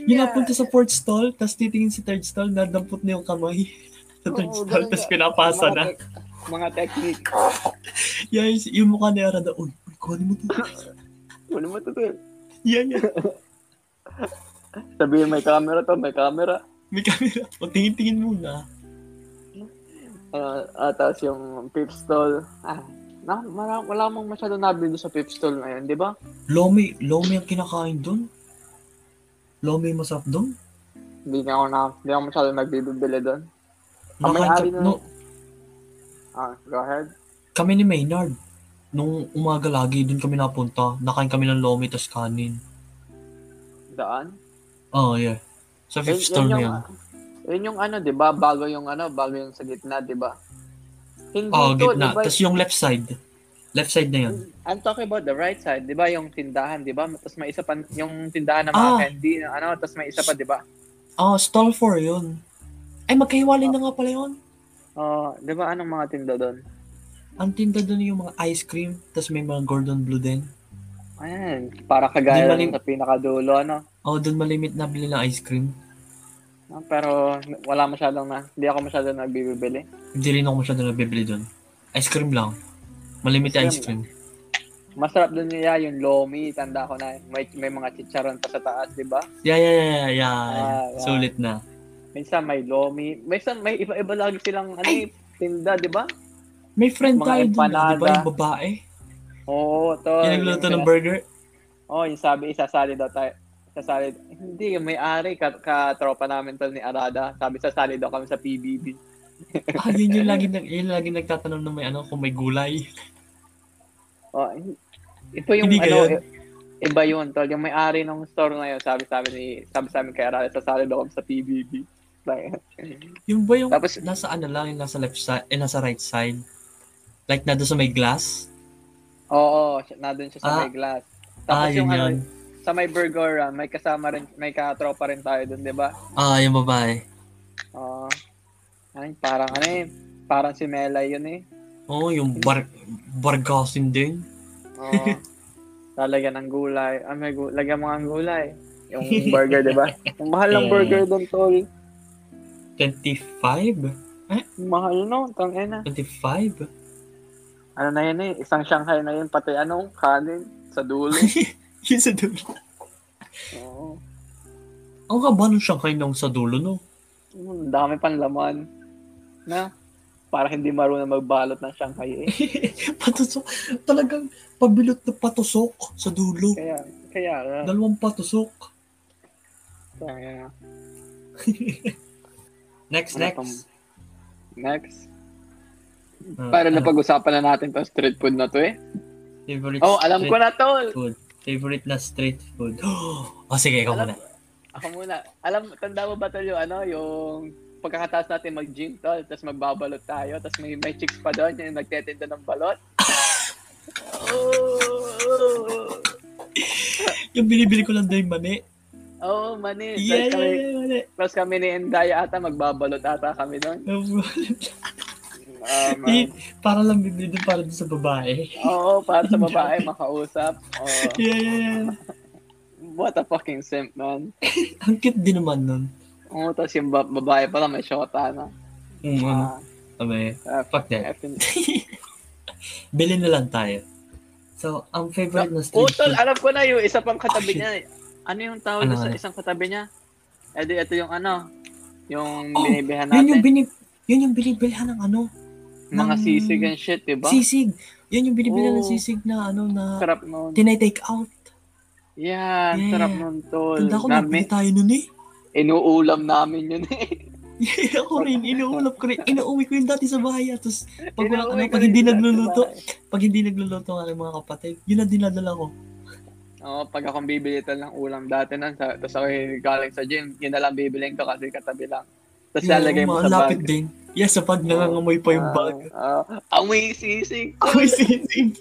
S2: Yung napunta sa fourth stall, tapos titingin sa third stall, nadampot na yung kamay. sa third
S1: Oo,
S2: stall,
S1: ganun
S2: tapos
S1: nga.
S2: pinapasa
S1: Mga
S2: na.
S1: tek- Mga technique.
S2: Yan, yung- yung mukha ni Arada, uy, uy, kuhanin mo to.
S1: Ano mo to, tol?
S2: Yan, yan.
S1: Sabihin, may camera to, may camera.
S2: May camera. O, tingin-tingin muna.
S1: Ah, ah, tapos yung Pips Stall. Ah, na, mara, wala mang masyado nabili doon sa Pips Stall ngayon, di ba?
S2: Lomi, Lomi ang kinakain doon. Lomi yung masarap doon.
S1: Hindi na ako na, hindi ako masyado nagbibili doon. Ang
S2: Nakain
S1: may-ari
S2: ka-
S1: nun-
S2: no,
S1: Ah, go ahead.
S2: kami ni Maynard. Nung umaga lagi, doon kami napunta. Nakain kami ng Lomi, tas kanin.
S1: Daan.
S2: Oh, yeah. Sa
S1: Eh,
S2: fifth store na
S1: yung,
S2: yan.
S1: yun yung ano, di ba? Bago yung ano, bago yung sa gitna, di ba? Hindi
S2: Oh,
S1: to, ah,
S2: gitna.
S1: di ba? Mm.
S2: Tas yung left side. Left side na yan.
S1: I'm talking about the right side, di ba? Yung tindahan, di ba? Tapos may isa pa, yung tindahan ng mga
S2: Ah.
S1: candy, na ano, tapos may isa pa, di ba?
S2: Oh, stall 4 yun. Ay, magkahiwalay na nga pala yun.
S1: Oh, di ba? Anong mga tinda doon?
S2: Ang tinda doon yung mga ice cream, tas may mga Gordon Blue din.
S1: Ayan, para kagaya
S2: Di ba
S1: lang
S2: ni-
S1: sa pinakadulo, ano?
S2: Oh, doon malimit na bilhin ng ice cream.
S1: Ah, Pero wala masyadong na, hindi ako masyadong nagbibili.
S2: Hindi rin ako masyado nabibili doon. Ice cream lang. Malimit na
S1: Ice
S2: ice cream.
S1: Masarap doon niya yung lomi, tanda ko na. May, may mga chicharon pa sa taas, di ba?
S2: Yeah, yeah, yeah, yeah, yeah.
S1: Ah, yeah.
S2: Sulit na.
S1: Minsan may lomi. Minsan may iba-iba lagi silang ano, eh, tinda, di ba?
S2: May friend
S1: Mga
S2: tayo doon, ah, di ba?
S1: empanada. Oh,
S2: Yung babae.
S1: Oo, to.
S2: yung nagluto ng burger.
S1: Oo, yung sabi, isasali daw tayo. Sasali. Hindi, yung may-ari, ka, katropa namin to ni Arada. Sabi, sasali daw kami sa PBB.
S2: Ah, yun yung lagi, nag, yun lagi nagtatanong na may ano, kung may gulay.
S1: Oh, ito yung
S2: Hindi
S1: ano,
S2: ganyan.
S1: i- iba yun, tol. Yung may-ari ng store na yun, sabi sa amin ni, sabi sa amin kay Arale, sasali daw kami sa PBB. Like,
S2: Yung ba yung
S1: Tapos-
S2: nasa ano lang, yung nasa left side, eh, nasa right side. Like na doon sa may glass.
S1: oo, siya- nandun siya sa
S2: Ah.
S1: may glass. Tapos
S2: Ah, yun
S1: yung ano,
S2: yun.
S1: sa may burger, ah, may kasama rin, may katropa rin tayo dun, di ba?
S2: Ah, yung babae.
S1: Oo. ay, parang ano eh, parang si Mela yun eh.
S2: Oo, oh, yung bar bargasin din.
S1: Oo. Lalagyan ng gulay. Ah, may gu- lagyan mo nga ng gulay. Yung burger, di ba? Ang mahal ng
S2: Yeah.
S1: burger dun, tol.
S2: 25?
S1: Ang Mahal no, tangena.
S2: 25?
S1: ano na yun eh, isang Shanghai na yun, pati ano, kanin, sa dulo.
S2: Yung sa dulo.
S1: Oo.
S2: Ang kaba nung Shanghai nung sa dulo, no?
S1: Mm, dami pang laman. Na? Para hindi marunong magbalot ng Shanghai eh.
S2: patusok. Talagang pabilot na patusok sa dulo.
S1: Kaya, kaya, ah,
S2: Dalawang patusok.
S1: kaya.
S2: Next,
S1: Ano
S2: next.
S1: pang- Next.
S2: Ah,
S1: Para
S2: ano?
S1: napag-usapan na natin itong street food na to eh.
S2: Ah, Favorite
S1: Oh, alam ko na tol!
S2: Food. Favorite na street food. oh, sige, ikaw
S1: Alam-
S2: muna.
S1: Ako muna. Alam, tanda mo ba tol yung ano, yung pagkakataas natin mag-gym tol, tapos magbabalot tayo, tapos may, may chicks pa doon, yung nagtetinda ng balot. oh.
S2: Yung binibili ko lang doon yung mani.
S1: Oo, oh, mani. Tapos
S2: Yeah, yeah,
S1: kami,
S2: yeah, mani.
S1: tapos kami ni Endaya ata, magbabalot ata kami doon. Um, um,
S2: Eh, para lang bibili doon para doon sa babae.
S1: oo, para sa babae, makausap. Oo.
S2: Yeah, yeah, yeah.
S1: what a fucking simp, man.
S2: Ang cute din naman nun.
S1: Oo, tapos yung ba- babae pala may shota na.
S2: Mm, ano?
S1: Ah,
S2: Abe,
S1: ah,
S2: fuck that.
S1: effing-
S2: Bilhin na lang tayo. So, ang favorite na street
S1: Utol,
S2: food.
S1: Oh, alam ko na yung isa pang katabi
S2: Ah, shit.
S1: niya. eh. Ano yung tawag
S2: Ano,
S1: sa
S2: ano?
S1: isang katabi niya? Eh di, ito yung ano, yung
S2: Oh,
S1: binibihan
S2: Yun yung
S1: natin.
S2: binib yun yung binibilhan ng ano,
S1: mga
S2: ng-
S1: sisig and shit, di ba?
S2: sisig. Yun yung binibilhan ng
S1: Diba? Oo.
S2: sisig na ano na
S1: Sarap nun.
S2: tinay-take out.
S1: Yan,
S2: Yeah.
S1: sarap nun, tol.
S2: Tanda ko,
S1: Nami-
S2: nagbili tayo nun eh.
S1: inuulam namin yun eh.
S2: Yeah, ako rin, inuulap ko rin. Inuuwi ko yun dati sa bahay. ah. Tapos, pag, wala,
S1: Inuuwi
S2: ano,
S1: ko
S2: pag
S1: rin
S2: hindi
S1: dati
S2: nagluluto,
S1: sa bahay.
S2: pag hindi nagluluto nga ng mga kapatid, yun ang dinadala ko.
S1: Oo, pag akong bibili tal ng ulam dati nun, sa- tapos ako yung galing sa gym, yun na lang bibiliin ko kasi katabi lang. Tapos
S2: Yeah,
S1: lalagay mo sa
S2: malapit
S1: bag.
S2: din. Yes, sa pag nangangamoy pa yung bag.
S1: Ah, ah, amoy sisig.
S2: Amoy sisig.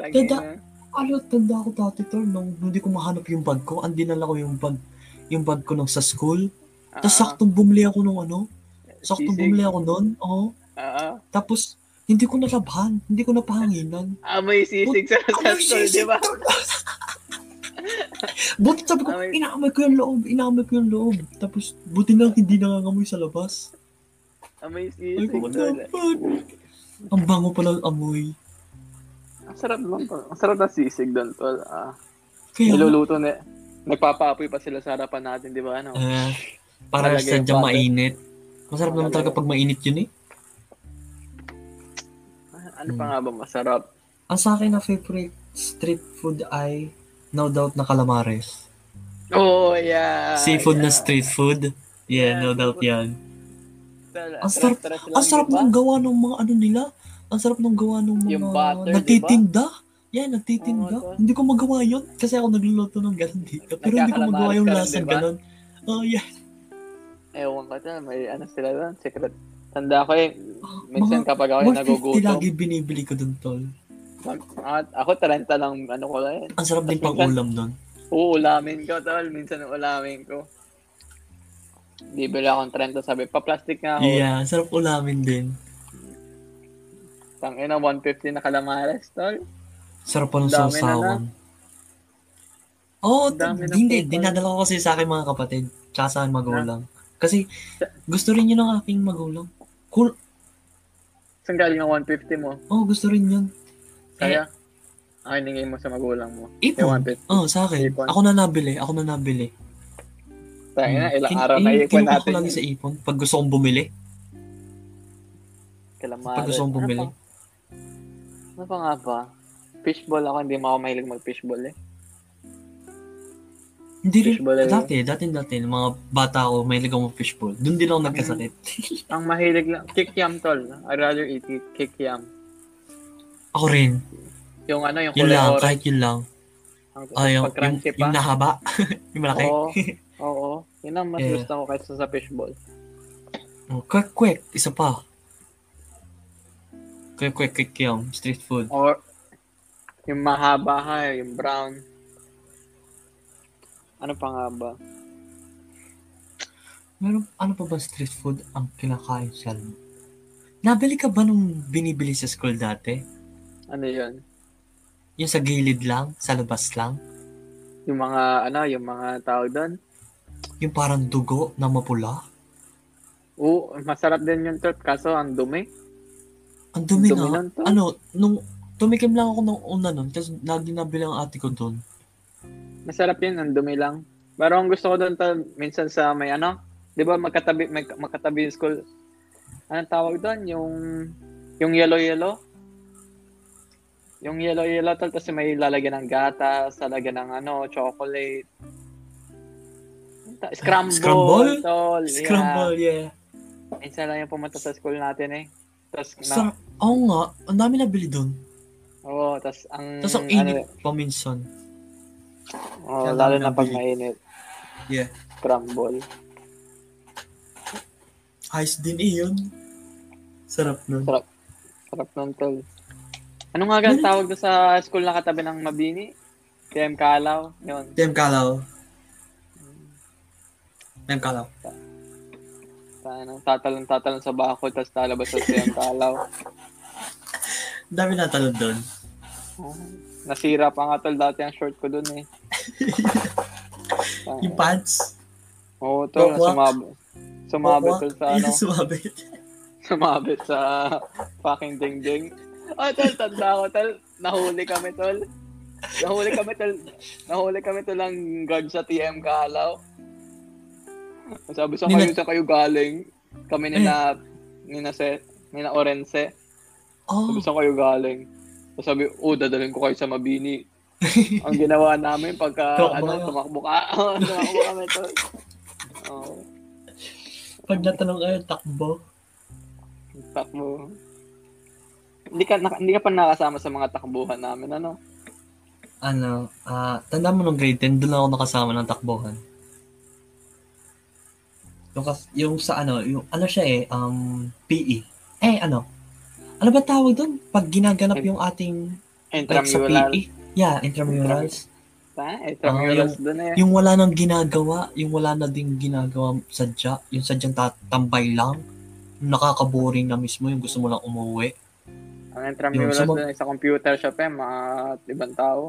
S1: Tangina.
S2: Tanda- Ano, tanda ko dati to, nung hindi ko mahanap yung bag ko, ang dinala ko yung bag, yung bag ko nung sa school. Tapos
S1: Ah,
S2: saktong bumili ako nung ano, saktong
S1: sisig.
S2: bumili ako nun, oo.
S1: Ah,
S2: Tapos, hindi ko nalabhan, hindi ko napahanginan.
S1: ah. amoy sisig sa sa
S2: Amoy
S1: school, di
S2: sisig
S1: ba?
S2: Buti sabi ko,
S1: Amoy-
S2: inaamoy ko yung loob, inaamoy ko yung loob. Tapos, buti na lang hindi nangangamoy sa labas.
S1: Amoy
S2: Ay,
S1: sisig.
S2: ko, what
S1: tol.
S2: the fuck? Ang bango pala ang amoy.
S1: Ang sarap lang, tol. Ang sarap na sisig doon, tol. Ah,
S2: Kaya,
S1: niluluto na. Nagpapapoy pa sila sa harapan natin, di ba? Ano?
S2: Ah, para
S1: Talaga yung
S2: sadyang
S1: plato.
S2: mainit. Masarap naman
S1: Talaga.
S2: talaga pag mainit yun eh.
S1: Ano pa nga ba masarap?
S2: Ang sa akin na favorite street food ay no doubt na calamares.
S1: Oh, yeah.
S2: Seafood
S1: yeah.
S2: na street food. Yeah,
S1: Yeah,
S2: no doubt
S1: seafood.
S2: yan.
S1: Tara,
S2: Ang sarap-
S1: tara, tara
S2: Ang
S1: lang,
S2: sarap
S1: di ba?
S2: nung gawa ng mga ano nila. Ang sarap nung gawa ng mga
S1: Yung butter, di ba?
S2: nagtitinda. Yeah, nagtitinda.
S1: Oo, to.
S2: hindi ko magawa yun kasi ako nagluluto ng ganun dito. Pero hindi ko
S1: Nagkakalamares
S2: magawa yung
S1: ka rin,
S2: lasang
S1: di ba?
S2: ganun. Oh yeah.
S1: Ewan ko dyan, may ano sila doon, secret. Tanda
S2: Ah,
S1: ko eh, minsan
S2: Mga
S1: kapag ako yung
S2: 150
S1: nagugutom,
S2: lagi binibili ko dun tol.
S1: mag- ah, ako 30 lang, ano ko lang yun.
S2: Ang sarap din
S1: Tapos
S2: pang
S1: minsan-
S2: ulam nun.
S1: Uulamin ko, tol, minsan uulamin ko. Bibili akong 30, sabi, pa-plastic nga ako.
S2: Yeah, sarap ulamin din.
S1: Tangina, 150 na kalamares, tol.
S2: Sarap pa
S1: Dami
S2: ng
S1: na
S2: sausawan. Oo, oh,
S1: Dami na po
S2: hindi.
S1: pala.
S2: Dinadala ko kasi sa akin mga kapatid. Tsaka sa akin magulang. Kasi gusto rin yun ng aking magulang. Cool.
S1: Saan galing ang 150 mo?
S2: Oo, oh, gusto rin yun.
S1: Kaya,
S2: Eh.
S1: ang hiningin mo sa magulang mo. Yung
S2: Ipon.
S1: 150.
S2: Oo, oh, sa akin.
S1: Ipon.
S2: Ako na nabili. Ako na nabili.
S1: Tangina,
S2: Mm.
S1: ilang
S2: Kin-
S1: araw
S2: eh,
S1: na iikwan
S2: kinukuha ko
S1: natin.
S2: lagi
S1: yun.
S2: sa ipon. Pag gusto kong bumili.
S1: Kalamares.
S2: Pag gusto kong
S1: Ano
S2: bumili.
S1: pa- Ano pa nga ba? Fishball ako, hindi mo ako mahilig mag-fishball eh.
S2: Hindi rin.
S1: Fishball lang yun.
S2: Dati, dati, dati. nung Mga bata ko, may ligaw mo fishball. Doon din ako nagkasakit.
S1: Ang mahilig lang, kikiam tol. I'd rather eat it, kikiam.
S2: ako rin.
S1: Yung ano, yung
S2: Yun
S1: kulay
S2: lang.
S1: orange.
S2: Kahit yun lang.
S1: Ang
S2: Ah, yung,
S1: pag
S2: yung,
S1: crunchy pa.
S2: yung nahaba. yung malaki.
S1: Oo. Oo. Yun ang mas
S2: Yeah.
S1: gusto ko kaysa sa fishball.
S2: Oh, quick, quick. Isa pa. Quick, quick, quick yung street food.
S1: Or, yung mahaba ha, yung brown. Ano pa nga ba?
S2: Meron, ano pa ba street food ang kinakain sa alam? Nabili ka ba nung binibili sa school dati?
S1: Ano yun?
S2: Yung sa gilid lang, sa labas lang?
S1: Yung mga, ano, yung mga tawag doon.
S2: Yung parang dugo na mapula?
S1: Oo, masarap din yung tol. Kaso, ang dumi.
S2: Ang dumi
S1: Ang dumi
S2: na.
S1: nun, tol.
S2: Ano, nung tumikim lang ako nung una nun, tapos lagi nabili ang ate ko dun.
S1: Masarap yun, ang dumi lang. Pero ang gusto ko doon, tol, minsan sa may ano, di ba magkatabi, may, magkatabi yung school, anong tawag doon? Yung, yung yellow-yellow? Yung yellow-yellow, tol, kasi may lalagyan ng gatas, lalagyan ng ano, chocolate. Ta- Scramble,
S2: Scramble?
S1: tol. yeah.
S2: Scramble, yeah.
S1: Minsan lang yung pumunta sa school natin eh. Tapos, na,
S2: Sarap. Oo nga, ang dami nabili dun.
S1: oo, tas ang,
S2: Tapos ang
S1: ano,
S2: init paminsan.
S1: oo,
S2: Ang
S1: lalo
S2: dami
S1: na
S2: ng
S1: pag
S2: bilik.
S1: mainit.
S2: Yeah.
S1: Scramble.
S2: Ayos din eh yun. Sarap nun.
S1: Sarap nun, tol. Ano nga gan tawag doon sa school na katabi ng Mabini? TM Kalaw, yun.
S4: Tim Kalaw. Tim Kalaw.
S1: Ano, tatalon-tatalon sa bako, tapos talabas sa TM Kalaw.
S4: Ang dami natalon doon.
S1: Oh, Nasira pa nga tol dati ang short ko dun eh. Ah,
S4: Yung pants.
S1: Oo, tol,
S4: Wakwak.
S1: sumabit. Sumabit tol sa
S4: Ayun,
S1: ano,
S4: sumabit.
S1: sumabit sa fucking dingding. Oh, tol, tanda ko, tol. Nahuli kami, tol. Nahuli kami, tol. Nahuli kami, tol, ng guard sa TM Kalaw. Sabi sa kayo,
S2: Nina-
S1: sa kayo galing? Kami
S2: Eh.
S1: ni na, ni na, Se- ni na Orense.
S2: Oh,
S1: Sabi saan kayo galing? Tapos Sabi, oh, dadalhin ko kayo sa Mabini. Ang ginawa namin pagka,
S2: Tumakbo
S1: ano,
S2: kayo.
S1: tumakbo ka. tumakbo kami to. Oo,
S2: pag natanong kayo, takbo.
S1: takbo. Hindi ka, na, hindi ka pa nakasama sa mga takbuhan namin, ano?
S2: Ano, ah, tanda mo nung grade 10, doon ako nakasama ng takbohan. Yung, kas- yung sa ano, yung ano siya eh, um, PE. Eh, ano? Ano ba tawag doon? Pag ginaganap yung ating like, sa E?
S1: Intramural.
S2: PE? Yeah, intramurals.
S1: Ha? Intramurals doon eh.
S2: Ah, Yung wala nang ginagawa, yung wala na ding ginagawa sadya, yung sadyang tatambay lang, yung nakakaboring na mismo, yung gusto mo lang umuwi.
S1: Ang intramurals
S2: yung sumab-
S1: doon eh, sa computer shop eh, mga ibang tao.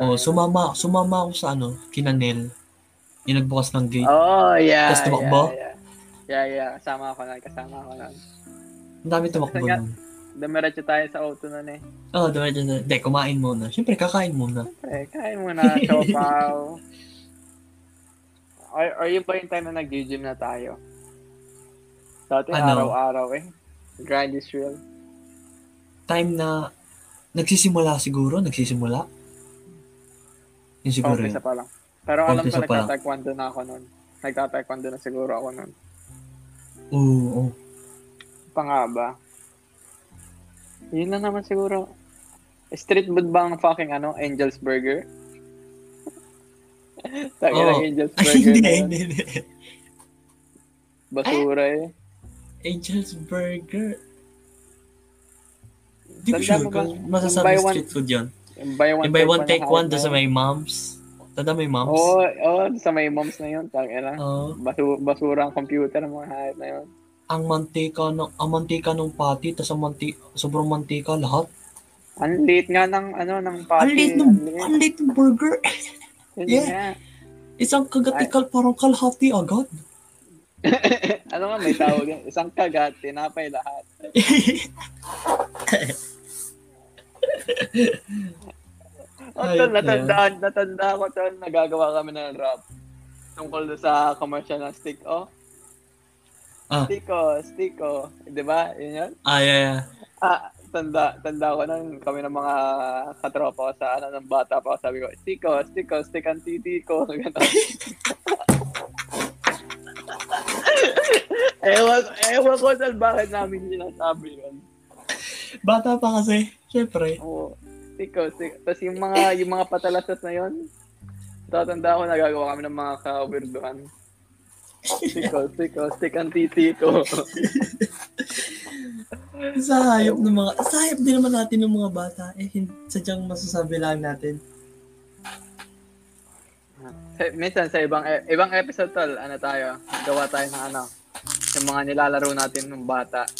S2: O, sumama, sumama ako sa ano, kinanel. Yung nagbukas ng gate.
S1: Oh, yeah.
S2: Tapos tumakbo?
S1: Yeah, yeah. yeah, yeah. Kasama ako lang, kasama ako lang.
S2: Ang dami tumakbo
S1: Kaya-
S2: nun.
S1: Dumiretso tayo sa auto nun eh.
S2: Oo, oh, dumadyo na. Hindi, kumain muna. Siyempre, kakain muna.
S1: Eh, kain mo na, siopaw. or, or yun pa yung time na nag-gym na tayo. Dati
S2: Ano?
S1: araw-araw eh. Grind is real.
S2: Time na nagsisimula siguro, nagsisimula. Yun siguro
S1: Umpisa
S2: yun.
S1: pa lang. Pero alam ko
S2: Umpisa pa lang.
S1: nagtataekwondo na ako nun. Nagtataekwondo na siguro ako nun.
S2: Oo, oo.
S1: Pangaba. Yun na naman siguro. Street food ba ang fucking ano? Angel's Burger? Tagi
S2: Oo.
S1: Angel's
S2: Ay,
S1: Burger.
S2: hindi,
S1: na yun.
S2: hindi, hindi.
S1: Basura eh.
S2: Angel's Burger. Hindi ko
S1: Tanda
S2: sure
S1: mo ba?
S2: kung
S1: Yung
S2: masasabi
S1: by one-
S2: street food yun.
S1: Yung Buy one,
S2: Yung by one,
S1: na
S2: take one, doon
S1: hotdog.
S2: sa may moms. Tanda may moms?
S1: Oo, oh, sa may moms na yun, tang ina.
S2: Oo.
S1: Basu basura ang computer ng mga hayop na yun.
S2: ang mantika ng ang mantika ng pati tas ang manti sobrang mantika lahat.
S1: Ang late nga ng ano ng party.
S2: Ang late ng ang late ng burger.
S1: Yun
S2: yeah.
S1: nga.
S2: Isang kagatikal parang kalahati agad.
S1: ano nga may tawag yun? Isang kagat, tinapay lahat. Oh,
S2: Ay,
S1: tol,
S2: yeah.
S1: natandaan, natanda ko tol, nagagawa kami ng rap. Tungkol doon sa commercial ng stick, oh.
S2: Ah.
S1: Stiko, stiko. oh. Di ba? Yun yun?
S2: Ah, yeah, yeah.
S1: Ah, tanda, tanda ko nun, kami ng mga katropa ko sa ano, ng bata pa ako, sabi ko, stiko, stiko, stick ang titi ko, gano'n. ewan, ewan ko saan bakit namin sinasabi yun.
S2: Bata pa kasi, syempre.
S1: Oo, stiko, stiko. Tapos yung mga, yung mga patalasas na yun, tatanda ko, nagagawa kami ng mga ka-weirdohan. Stiko, stiko, stick ang titi ko.
S2: Sa hayop ng mga, sa hayop din naman natin ng mga bata. Eh, hin- sadyang masasabi lang natin.
S1: Sa- minsan sa ibang e- ibang episode tol, ano tayo, gawa tayo ng ano, yung mga nilalaro natin nung bata.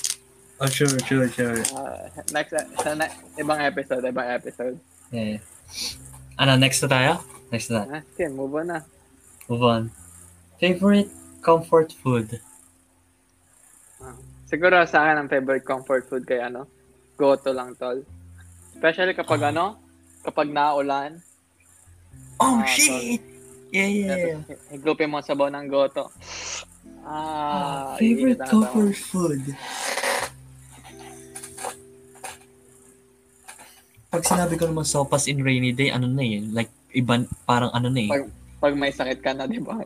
S2: Oh, sure, sure, sure.
S1: Ah, next e- sa ne- ibang episode, ibang episode.
S2: Yeah. Ano, next na tayo? Next na.
S1: Ah, okay, move on na.
S2: Move on. Favorite comfort food?
S1: Siguro sa akin ang favorite comfort food kay ano, goto lang tol. Especially kapag ano, kapag naulan,
S2: Oh,
S1: Ah,
S2: shit! Yeah, yeah, yeah.
S1: hi- higlupin mo ang sabaw ng goto. Ah,
S2: favorite
S1: iinit ang katawan.
S2: comfort food? Pag sinabi ko naman sopas in rainy day, ano na yun? Like, iban, parang ano na eh.
S1: Pag- Pag may sakit ka na, di ba?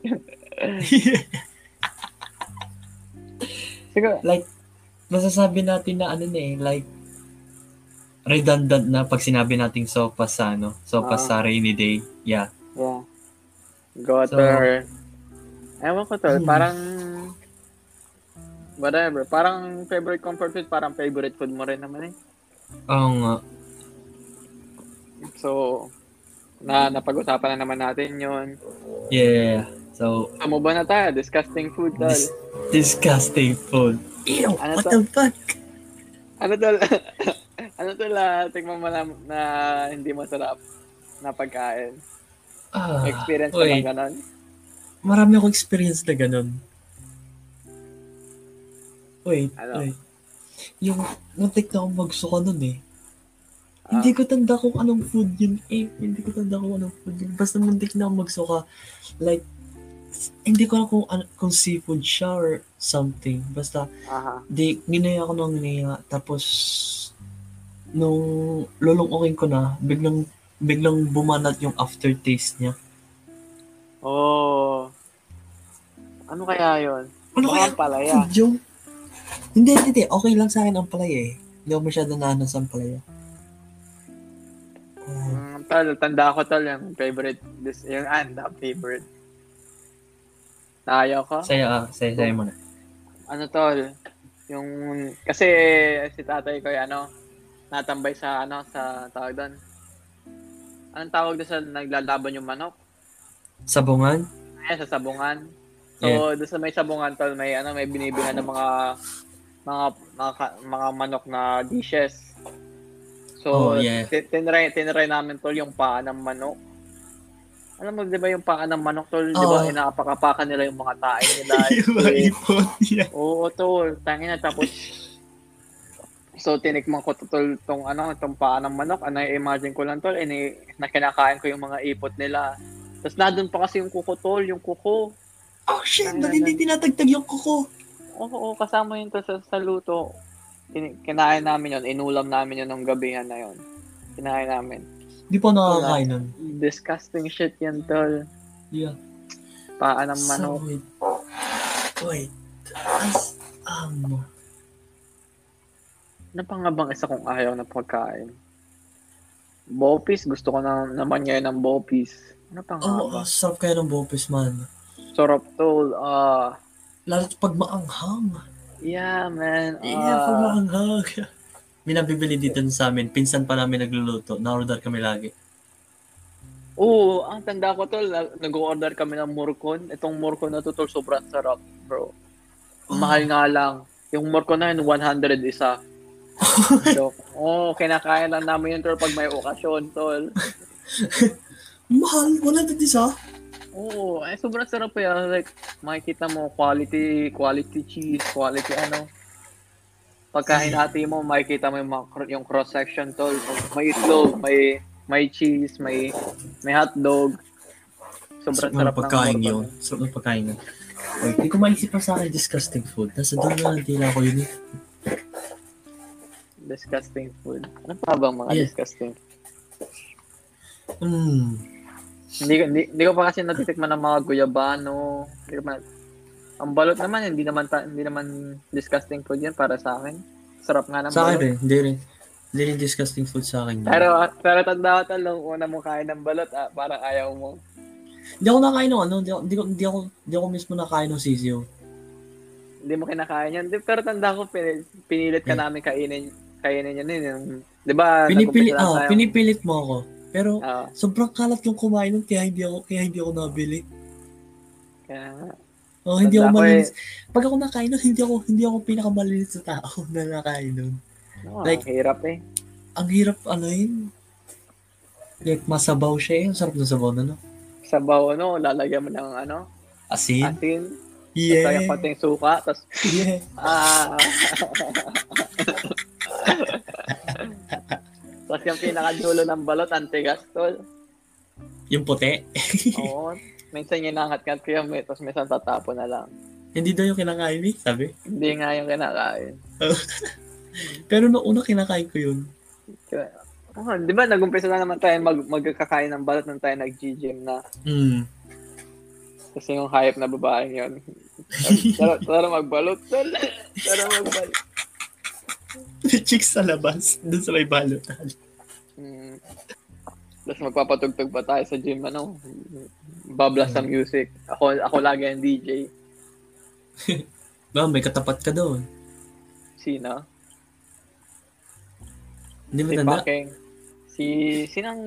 S1: Siguro,
S2: like, masasabi natin na ano na eh, like, redundant na pag sinabi nating sopas sa ano,
S1: Ah.
S2: sopas sa rainy day. Yeah.
S1: Yeah. Gutter. Ewan ko to.
S2: Hmm.
S1: Parang... Whatever. Parang favorite comfort food, parang favorite food mo rin naman eh.
S2: Oo nga.
S1: So, na napag-usapan na naman natin yun.
S2: Yeah. So,
S1: So, move on na tayo. Disgusting food, tol.
S2: dis- disgusting food. Ew,
S1: Ano
S2: what
S1: to?
S2: the fuck?
S1: Ano tol? ano tol? ah, tikman mo na, na hindi masarap na pagkain.
S2: Ah,
S1: Experience ka
S2: wait.
S1: lang ganon.
S2: Marami akong experience na ganun. Wait,
S1: Ano?
S2: wait. Yung, muntik na akong magsuka nun eh. Hindi
S1: Ah.
S2: ko tanda kung anong food yun eh. Hindi ko tanda kung anong food yun. Basta muntik na ako magsuka. Like, s- hindi ko na kung, ano- kung seafood siya or something. Basta,
S1: Ah, Aha.
S2: di, nginaya ko nung nginaya. Tapos, nung lulungokin ko na, biglang, biglang bumanat yung aftertaste niya.
S1: Oh. Ano kaya yon?
S2: Ano kaya?
S1: Baka palaya.
S2: Food yung... Hindi, hindi, hindi. Okay lang sa akin ang palaya eh. Hindi ako masyado naanas ang palaya.
S1: Mm,
S2: Ah,
S1: tol, tanda ko tol yung favorite. This, yung anda favorite. Ayaw ko.
S2: saya, ah, saya, saya mo na.
S1: Ano tol? Yung, kasi si tatay ko yung ano, natambay sa ano, sa tawag doon. Anong tawag doon sa naglalaban yung manok?
S2: Sabungan?
S1: Ayan, sa sabungan. So, doon sa may sabungan tol, may ano, may binibigyan ng mga mga mga, ka- mga manok na dishes. So,
S2: Oh, yeah.
S1: tin- tinry, tinry namin tol yung paa ng manok. Alam mo, di ba yung paa ng manok tol, di ba,
S2: Oo.
S1: inaapakapakan nila yung mga tae nila.
S2: Yung mga ipon niya.
S1: Oo, tol. Tangin na. Tapos, so tinikman ko to, tol tong ano, tong paa ng manok. Ano, imagine ko lang tol, ini, na kinakain ko yung mga ipot nila. Tapos na doon pa kasi yung kuko tol, yung kuko.
S2: Oh shit,
S1: Ano,
S2: ba't
S1: ano?
S2: hindi tinatagtag yung kuko?
S1: Oo, oo, kasama yun to sa, sa luto. Kin- kinain namin yun, inulam namin yun nung gabihan na yun. Kinain namin.
S2: Hindi pa nakakain nun.
S1: Disgusting shit yan tol.
S2: Yeah.
S1: Paa ng manok.
S2: So, wait. Wait. As, um,
S1: Ano pa nga bang isa kong ayaw na pagkain? Bopis, gusto ko na, naman ngayon ng Bopis. Ano pa nga
S2: oh,
S1: ba?
S2: oh, sarap kaya ng bopis man.
S1: Sarap tol. Ah,
S2: Lalo pag maanghang.
S1: yeah, man. Ah,
S2: yeah, pag maanghang. May nabibili dito sa amin. Pinsan pa namin nagluluto. Na-order kami lagi.
S1: Oo, ang tanda ko tol, na- nag-order kami ng murkon. Itong murkon na to tol, sobrang sarap, bro. Ang Mahal nga lang. Yung murkon na yun, 100 isa. so, oh, kinakaya lang namin yun tol pag may okasyon, tol.
S2: Mahal, 100 isa.
S1: Oo, eh, sobrang sarap eh. ah. Like, makikita mo, quality, quality cheese, quality ano. Pagka
S2: Mm.
S1: hinati mo, makikita mo yung, mga cro- yung cross-section tol. May itlog, may, may cheese, may, may hotdog. Sobrang
S2: Sarap
S1: sarap
S2: ng
S1: ng
S2: pagkain
S1: mukbang.
S2: yun. Sarap ng pagkain yun. Wait, hindi ko maisip pa sa akin disgusting food. Nasa doon na lang tila ko yun. eh.
S1: Disgusting food. Ano pa bang mga
S2: Yeah.
S1: disgusting?
S2: Mm.
S1: Hindi, ko- hindi, hindi ko pa kasi natitikman ng mga guyabano. Hindi ko pa, ang balot naman, hindi naman, ta- hindi naman disgusting food yan para sa akin. Sarap nga ng
S2: Sa akin
S1: balot.
S2: rin, hindi rin. Hindi rin disgusting food sa akin.
S1: Pero, pero tanda ko talong, una mo kain ng balot, ah, parang ayaw mo.
S2: Hindi ako nakain ng ano, hindi ako, hindi ako, hindi ako, hindi ako mismo nakain ng sisiyo.
S1: Ah, Hindi mo kinakain yan. Di- Pero tanda ko, pinilit, pinilit ka
S2: Yeah.
S1: namin kainin, kainin yan yun. Yung, di ba?
S2: Pinipilit,
S1: nagkumpisa lang
S2: ah,
S1: tayo.
S2: pinipilit mo ako. Pero,
S1: Ah,
S2: sobrang kalat yung kumain nun, kaya hindi ako, kaya hindi ako nabili.
S1: kaya nga.
S2: Oh, hindi ako
S1: Tanda ko eh.
S2: malinis. Pag ako nakain nun, hindi ako, hindi ako pinakamalinis sa tao na nakain nun.
S1: Oo,
S2: Like-
S1: hirap eh.
S2: Ang hirap, ano yun? Like, masabaw siya eh. Ang sarap ng sabaw na, no?
S1: Sabaw, ano, lalagyan mo ng, ano,
S2: Asin?
S1: asin, yeah.
S2: Yeah.
S1: tapos yung konting suka, tapos,
S2: Yeah.
S1: ah, tapos yung pinakadulo ng balot, antigas, tol.
S2: Yung puti.
S1: Oo. Minsan inangat-ngat ko yung may, tapos minsan tatapo na lang.
S2: Hindi daw yung kinakain eh, sabi.
S1: Hindi nga yung kinakain.
S2: Pero noong una kinakain ko yun.
S1: Oh, di ba nag-umpisa na naman tayo mag magkakain ng balat nung tayo nag-gym na
S2: Mm.
S1: kasi yung hype na babaeng yun. Tara, tara magbalot. Tara, tara magbalot.
S2: Chicks sa labas, dun sa may balutan.
S1: Mm. Tapos magpapatugtog pa tayo sa gym, ano? Babla sa music. Ako, ako lagi ang DJ.
S2: Ba, may katapat ka eh. doon.
S1: Sino?
S2: Hindi mo
S1: Si
S2: tanda?
S1: fucking... Si... Sinang...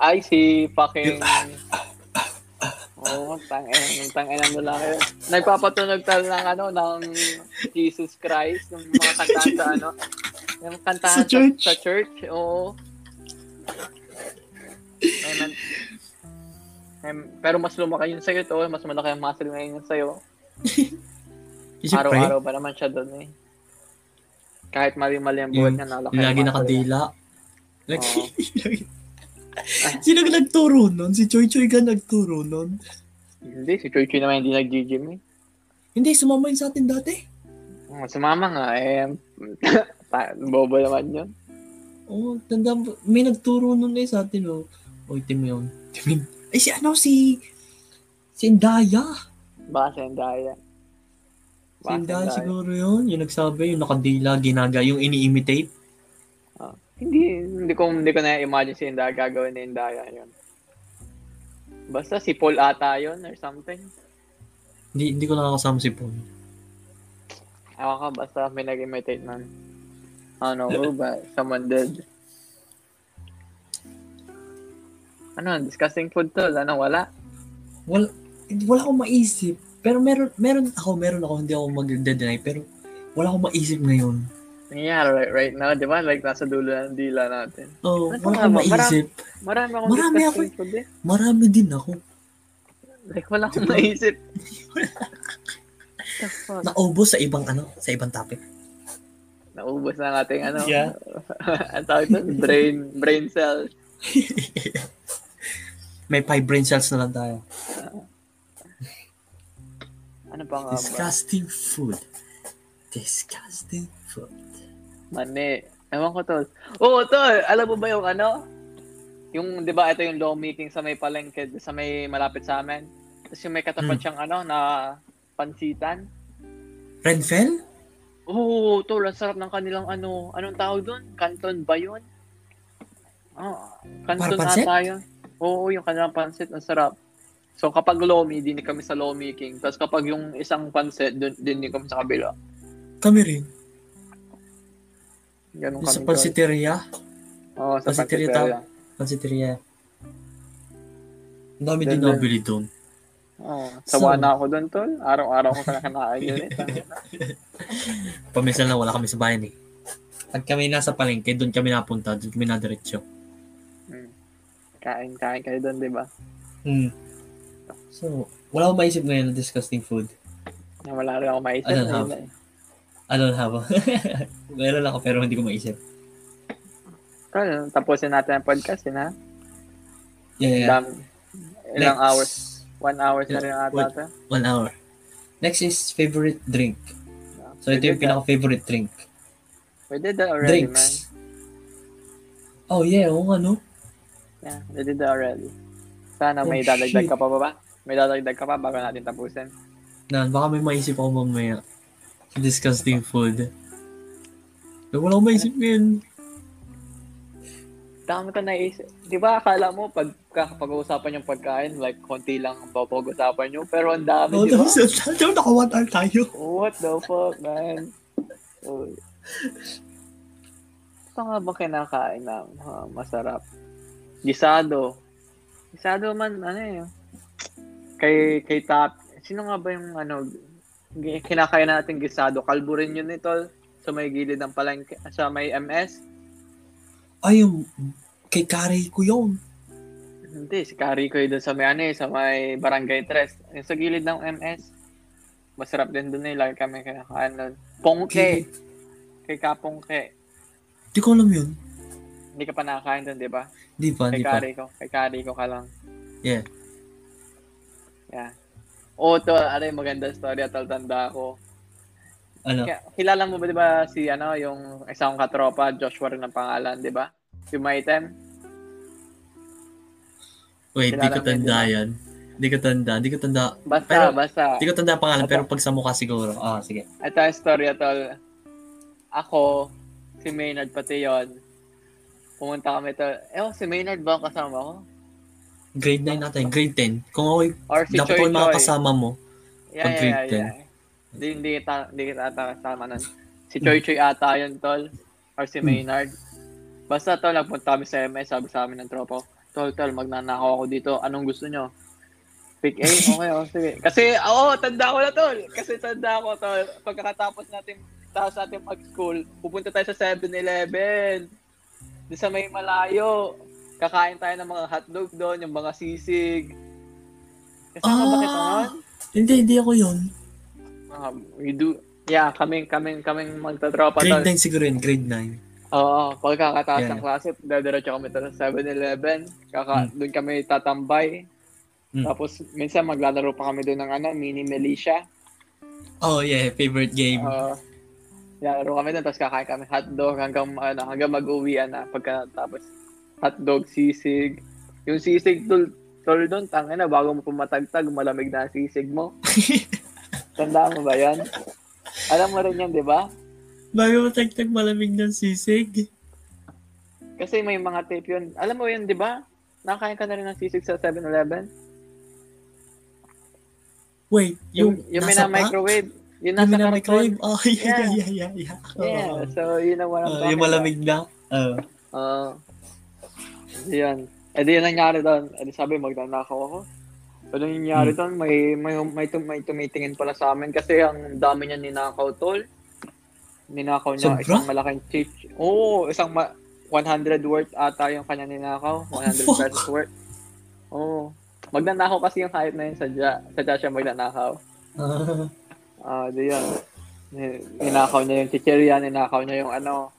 S1: Ay, si fucking... Oo, oh, tangin. Tangin ang lalaki. Nagpapatunog tal ng ano, ng Jesus Christ, ng mga kantahan sa ano. Yung kantahan
S2: Sa
S1: sa
S2: church?
S1: Sa, church, oo. Ay, man. Ay, pero mas lumaki yun sa'yo, to. Mas malaki ang muscle ngayon yun sa'yo.
S2: Siyempre,
S1: Araw-araw pa naman siya doon eh. Kahit mali-mali ang
S2: yun,
S1: buhat niya, nalaki. ang
S2: lagi
S1: muscle niya.
S2: nakadila. Like,
S1: Oo. Ah.
S2: Sino nagturo nun? Si Choi Choi ka nagturo nun?
S1: Hindi, si Choi Choi naman hindi nag-gym eh.
S2: Hindi, sumama yun sa atin dati.
S1: Oh, sumama nga eh. Ta- Bobo naman yun.
S2: Oo, oh, tanda mo. May nagturo nun eh sa atin, oh. Uy, team yun. Team yun. Ay, si ano, si... Si Indaya.
S1: Baka si Andaya.
S2: Si Indaya siguro yun. Yung nagsabi, yung nakadila, ginaga, yung ini-imitate.
S1: Hindi, hindi ko, hindi ko na-imagine si Indaya gagawin ni Indaya yun. Basta si Paul ata yun or something.
S2: Hindi, hindi ko nakakasama si Paul.
S1: Ako ka, basta may nag-imitate man. I don't know who, but someone did. Ano, discussing food to. Ano, wala.
S2: Wala, hindi- wala akong maisip. Pero meron, meron ako, meron ako, hindi ako mag-deny. Pero wala akong maisip ngayon.
S1: Yeah, right, right now, di ba? Like, nasa dulo ng dila natin.
S2: Oh,
S1: Ano nga
S2: wala akong
S1: ba? Marami-
S2: maisip.
S1: Marami akong
S2: Marami
S1: discussing food eh.
S2: Marami din ako.
S1: Like, wala akong
S2: Diba?
S1: maisip. The fuck?
S2: Naubos sa ibang ano, sa ibang topic.
S1: Naubos na ang ating ano.
S2: Yeah.
S1: ang tawag doon, brain, brain cells.
S2: May five brain cells na lang tayo.
S1: Ano pa nga ba?
S2: Disgusting food. Disgusting food.
S1: Mani. Ewan ko, Tol. Oo, Tol! Alam mo ba yung ano? Yung, di ba, ito yung long meeting sa may palengke, sa may malapit sa amin. Tapos yung may katapat
S2: Hmm.
S1: siyang ano, na pansitan.
S2: Renfell?
S1: Oo, Tol, ang sarap ng kanilang ano, anong tawag doon? Canton ba yun? Ah, canton
S2: Para pansit?
S1: ata yun. Oo, yung kanilang pansit, ang sarap. So kapag lomi, din kami sa lomi king. Tapos kapag yung isang pansit, dun, din kami sa kabila.
S2: Kami rin.
S1: Ganun
S2: Yung
S1: kami.
S2: sa
S1: Tol.
S2: pansiteria.
S1: Oo, sa
S2: pansiteria
S1: pansiteria.
S2: tawag. Pansiteria. Ang dami din
S1: Ganda.
S2: nabili doon.
S1: Oo,
S2: So-
S1: sawa na ako doon, Tol. Araw-araw ko kanakanain yun. Eh.
S2: Paminsan lang wala kami sa bayan eh. Pag kami nasa palengke, doon kami napunta, doon kami nadiretso.
S1: Mm. Kain, kain kayo doon, di ba?
S2: Hmm. So, wala akong maisip ngayon na disgusting food.
S1: Na Wala rin ako maisip.
S2: I
S1: Ano
S2: don't have. Ano na ba? Meron ako pero hindi ko maisip.
S1: Tol, tapusin natin ang podcast, yun, ha?
S2: Yeah, yeah.
S1: Dami. Ilang
S2: Next.
S1: hours? One hour na rin ata
S2: What?
S1: ata.
S2: One hour. Next is favorite drink. So, ito yung pinaka-favorite drink.
S1: We did that already,
S2: Drinks. Oh yeah, oo nga no.
S1: man. Yeah, we did that already. Sana may
S2: Oh,
S1: dadagdag
S2: shit.
S1: ka pa ba ba? May dadagdag ka pa bago natin tapusin.
S2: Nan, baka may maisip ako mamaya. Disgusting food. Pero wala akong maisip ngayon.
S1: Dami ko naisip. Di ba akala mo pag pag-uusapan yung pagkain, like konti lang ang pag-uusapan nyo, pero ang dami,
S2: Oh,
S1: di ba?
S2: tapos tapos naka one hour tayo.
S1: What the fuck, man? Uy. Ito nga ba kinakain na ah, masarap? Gisado. Gisado man, ano eh. Kay, kay Tap. Sino nga ba yung ano, gi- kinakain natin gisado? Kalbo rin yun ito. Sa may gilid ng palengke, sa may MS.
S2: Ay, yung kay Kari ko yun.
S1: Hindi, si Kari ko yun dun sa may ano eh, sa may barangay 3. Yung sa gilid ng MS. Masarap din dun eh, lagi kami kinakain nun. Pongke. Kay Kapongke.
S2: Di ko alam yun.
S1: Hindi ka pa nakakain doon, di ba?
S2: Di Ah, pa,
S1: Kay
S2: di pa.
S1: kari ko. Kay kari ko ka lang.
S2: Yeah.
S1: Yeah. Oo, to, ano yung maganda story at tanda ko.
S2: Ano?
S1: Kaya, kilala mo ba, di ba, si, ano, yung isang katropa, Joshua rin ang pangalan, di ba? Yung maitem.
S2: Wait, di
S1: kilala mo yun,
S2: ko
S1: di
S2: tanda
S1: ba?
S2: yan. Di ko tanda, di ko tanda.
S1: Basta,
S2: Pero-
S1: basta.
S2: Di ko tanda ang pangalan,
S1: Ata-
S2: pero pag sa mukha siguro. Ah, sige.
S1: Ito yung story at all. Ako, si Maynard pati yon Pumunta kami to. Eh, si Maynard ba ang kasama ko?
S2: Grade 9 natin, grade 10. Kung ako'y
S1: Or si
S2: dapat
S1: Choy
S2: ako'y mga
S1: Choy?
S2: kasama mo.
S1: Yeah,
S2: Pag
S1: yeah, yeah,
S2: grade
S1: yeah. Hindi, hindi kita, hindi kita ata kasama nun. Si Choi Choi ata yun, tol. Or si Maynard. Basta, tol, nagpunta kami sa MS, sabi sa amin ng tropa, ko, tol, tol, magnanakaw ako dito. Anong gusto nyo? Pick A? Okay, oh, sige. Kasi, oo, tanda ko na, tol. Kasi tanda ko, tol. Pagkakatapos natin, tapos natin pag-school, pupunta tayo sa 7-Eleven. Doon sa may malayo. Kakain tayo ng mga hotdog doon, yung mga sisig. Kasama ba kita
S2: Ah!
S1: nun?
S2: Hindi, hindi ako yun.
S1: Um, we do. Yeah, kaming, kaming, kaming magtatropa tol.
S2: Grade 9 siguro yun, grade 9.
S1: Oo, pagkakataas
S2: Yeah.
S1: ng klase, dadiretso kami tayo sa 7-Eleven. Kaka, Doon kami tatambay.
S2: Mm.
S1: Tapos minsan maglalaro pa kami doon ng ano, mini militia.
S2: Oh, yeah. Favorite game.
S1: Oo. Lalaro kami doon, tapos kakain kami hotdog hanggang, ano, hanggang mag-uwian na. Pagka, tapos hotdog, sisig. Yung sisig, tol, tol doon, tangin na, bago mo pumatagtag, malamig na ang sisig mo. Tandaan mo ba yan? Alam mo rin yan, di ba?
S2: Bago matagtag malamig ng sisig.
S1: Kasi may mga tape yun. Alam mo yun, di ba? Nakakain ka na rin ng sisig sa 7-Eleven.
S2: Wait,
S1: Yung, yung, may na
S2: nasa pack?
S1: microwave. Yung
S2: Yung
S1: nasa
S2: may na
S1: microwave.
S2: microwave? Oh, yeah,
S1: Yeah.
S2: yeah, yeah, yeah. Oh.
S1: Yeah, so yun ang walang
S2: Oh, yung malamig na. Oh.
S1: Oo. yun. E di yun ang nangyari doon. E di sabi, magnanakaw ako. Pero yung nangyari
S2: Hmm.
S1: doon, may, may, may, tum- may tumitingin pala sa amin kasi ang dami niya ninakaw, tol. Ninakaw niya
S2: Sobra?
S1: isang malaking chich. Oo, isang ma- 100 worth ata yung kanya ninakaw. 100
S2: Fuck.
S1: pesos worth. Oo. Magnanakaw kasi yung hayop na yun. Sadya, sadya siya magnanakaw.
S2: Ah.
S1: Ah, di yan. Ni- Ninakaw niya yung chichirya, ninakaw niya yung ano,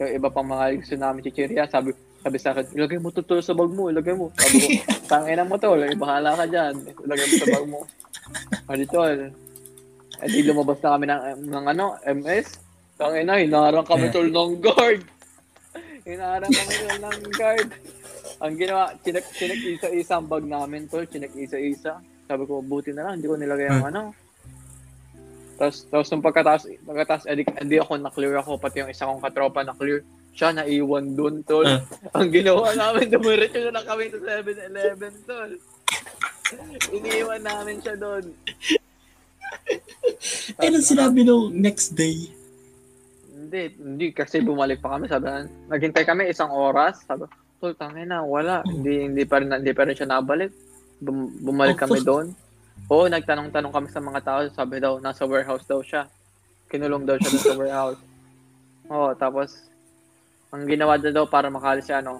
S1: yung iba pang mga gusto namin chichirya. Sabi, sabi sa akin, ilagay mo to tol, sa bag mo, ilagay mo. Sabi ko, tangin mo to, ilagay, bahala ka dyan. Ilagay mo sa bag mo. Ano tol? At di lumabas na kami ng, ng ano, MS. Tangin na, hinaharang kami
S2: Yeah.
S1: tol ng guard. Hinaharang kami tol ng guard. Ang ginawa, chinek, chinek isa-isa ang bag namin tol, chinek isa-isa. Sabi ko, buti na lang, hindi ko nilagay ang ano, tapos, tapos nung pagkataas, pagkataas, edi, edi ako na-clear ako, pati yung isa kong katropa na-clear. Siya naiwan dun, tol.
S2: Ah.
S1: Ang ginawa namin, dumiretso na lang kami sa 7-Eleven, tol. Iniwan namin siya doon.
S2: Eh, nung sinabi nung next day.
S1: Hindi, hindi, kasi bumalik pa kami. Sabi na, naghintay kami isang oras. Sabi, tol, tangin na, wala. Hindi, hindi, pa rin, hindi pa rin siya nabalik. Bum- bumalik
S2: Oh,
S1: kami
S2: fuck.
S1: doon. Oo, nagtanong-tanong kami sa mga tao. Sabi daw, nasa warehouse daw siya. Kinulong daw siya dun sa warehouse. Oo, tapos, ang ginawa daw daw para makalis siya, ano,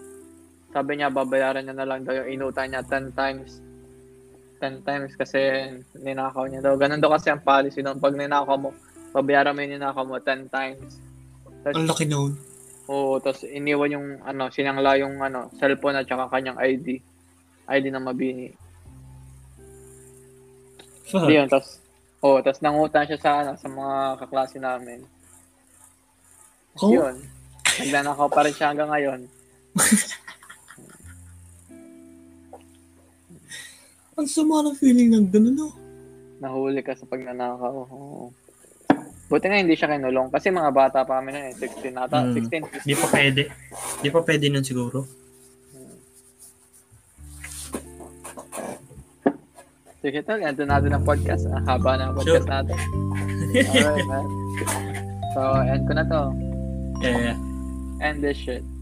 S1: sabi niya, babayaran niya na lang daw yung inutan niya 10 times. 10 times kasi ninakaw niya daw. Ganun daw kasi ang policy nun. Pag ninakaw mo, babayaran mo yung ninakaw mo 10 times.
S2: Ang laki noon.
S1: Oo, tapos iniwan yung ano, sinangla yung ano, cellphone at saka kanyang ID. ID ng mabini.
S2: Fuck. Ah.
S1: Huh. Yun, tapos oh, tapos nangutan siya sa ano, sa mga kaklase namin.
S2: Ko?
S1: Yun. Nagnanakaw pa rin siya hanggang ngayon.
S2: Ang sama ng feeling ng ganun, no?
S1: Nahuli ka sa pagnanakaw. Oo. Buti nga hindi siya kinulong kasi mga bata pa kami noon, eh, 16 ata,
S2: Hmm.
S1: 16.
S2: Di pa pwede. Di pa pwede nun siguro.
S1: 16 tol, ito natin ang podcast. Ang haba na ang podcast
S2: Sure.
S1: natin. Alright, man. So, end ko na to.
S2: Yeah, yeah.
S1: End this shit.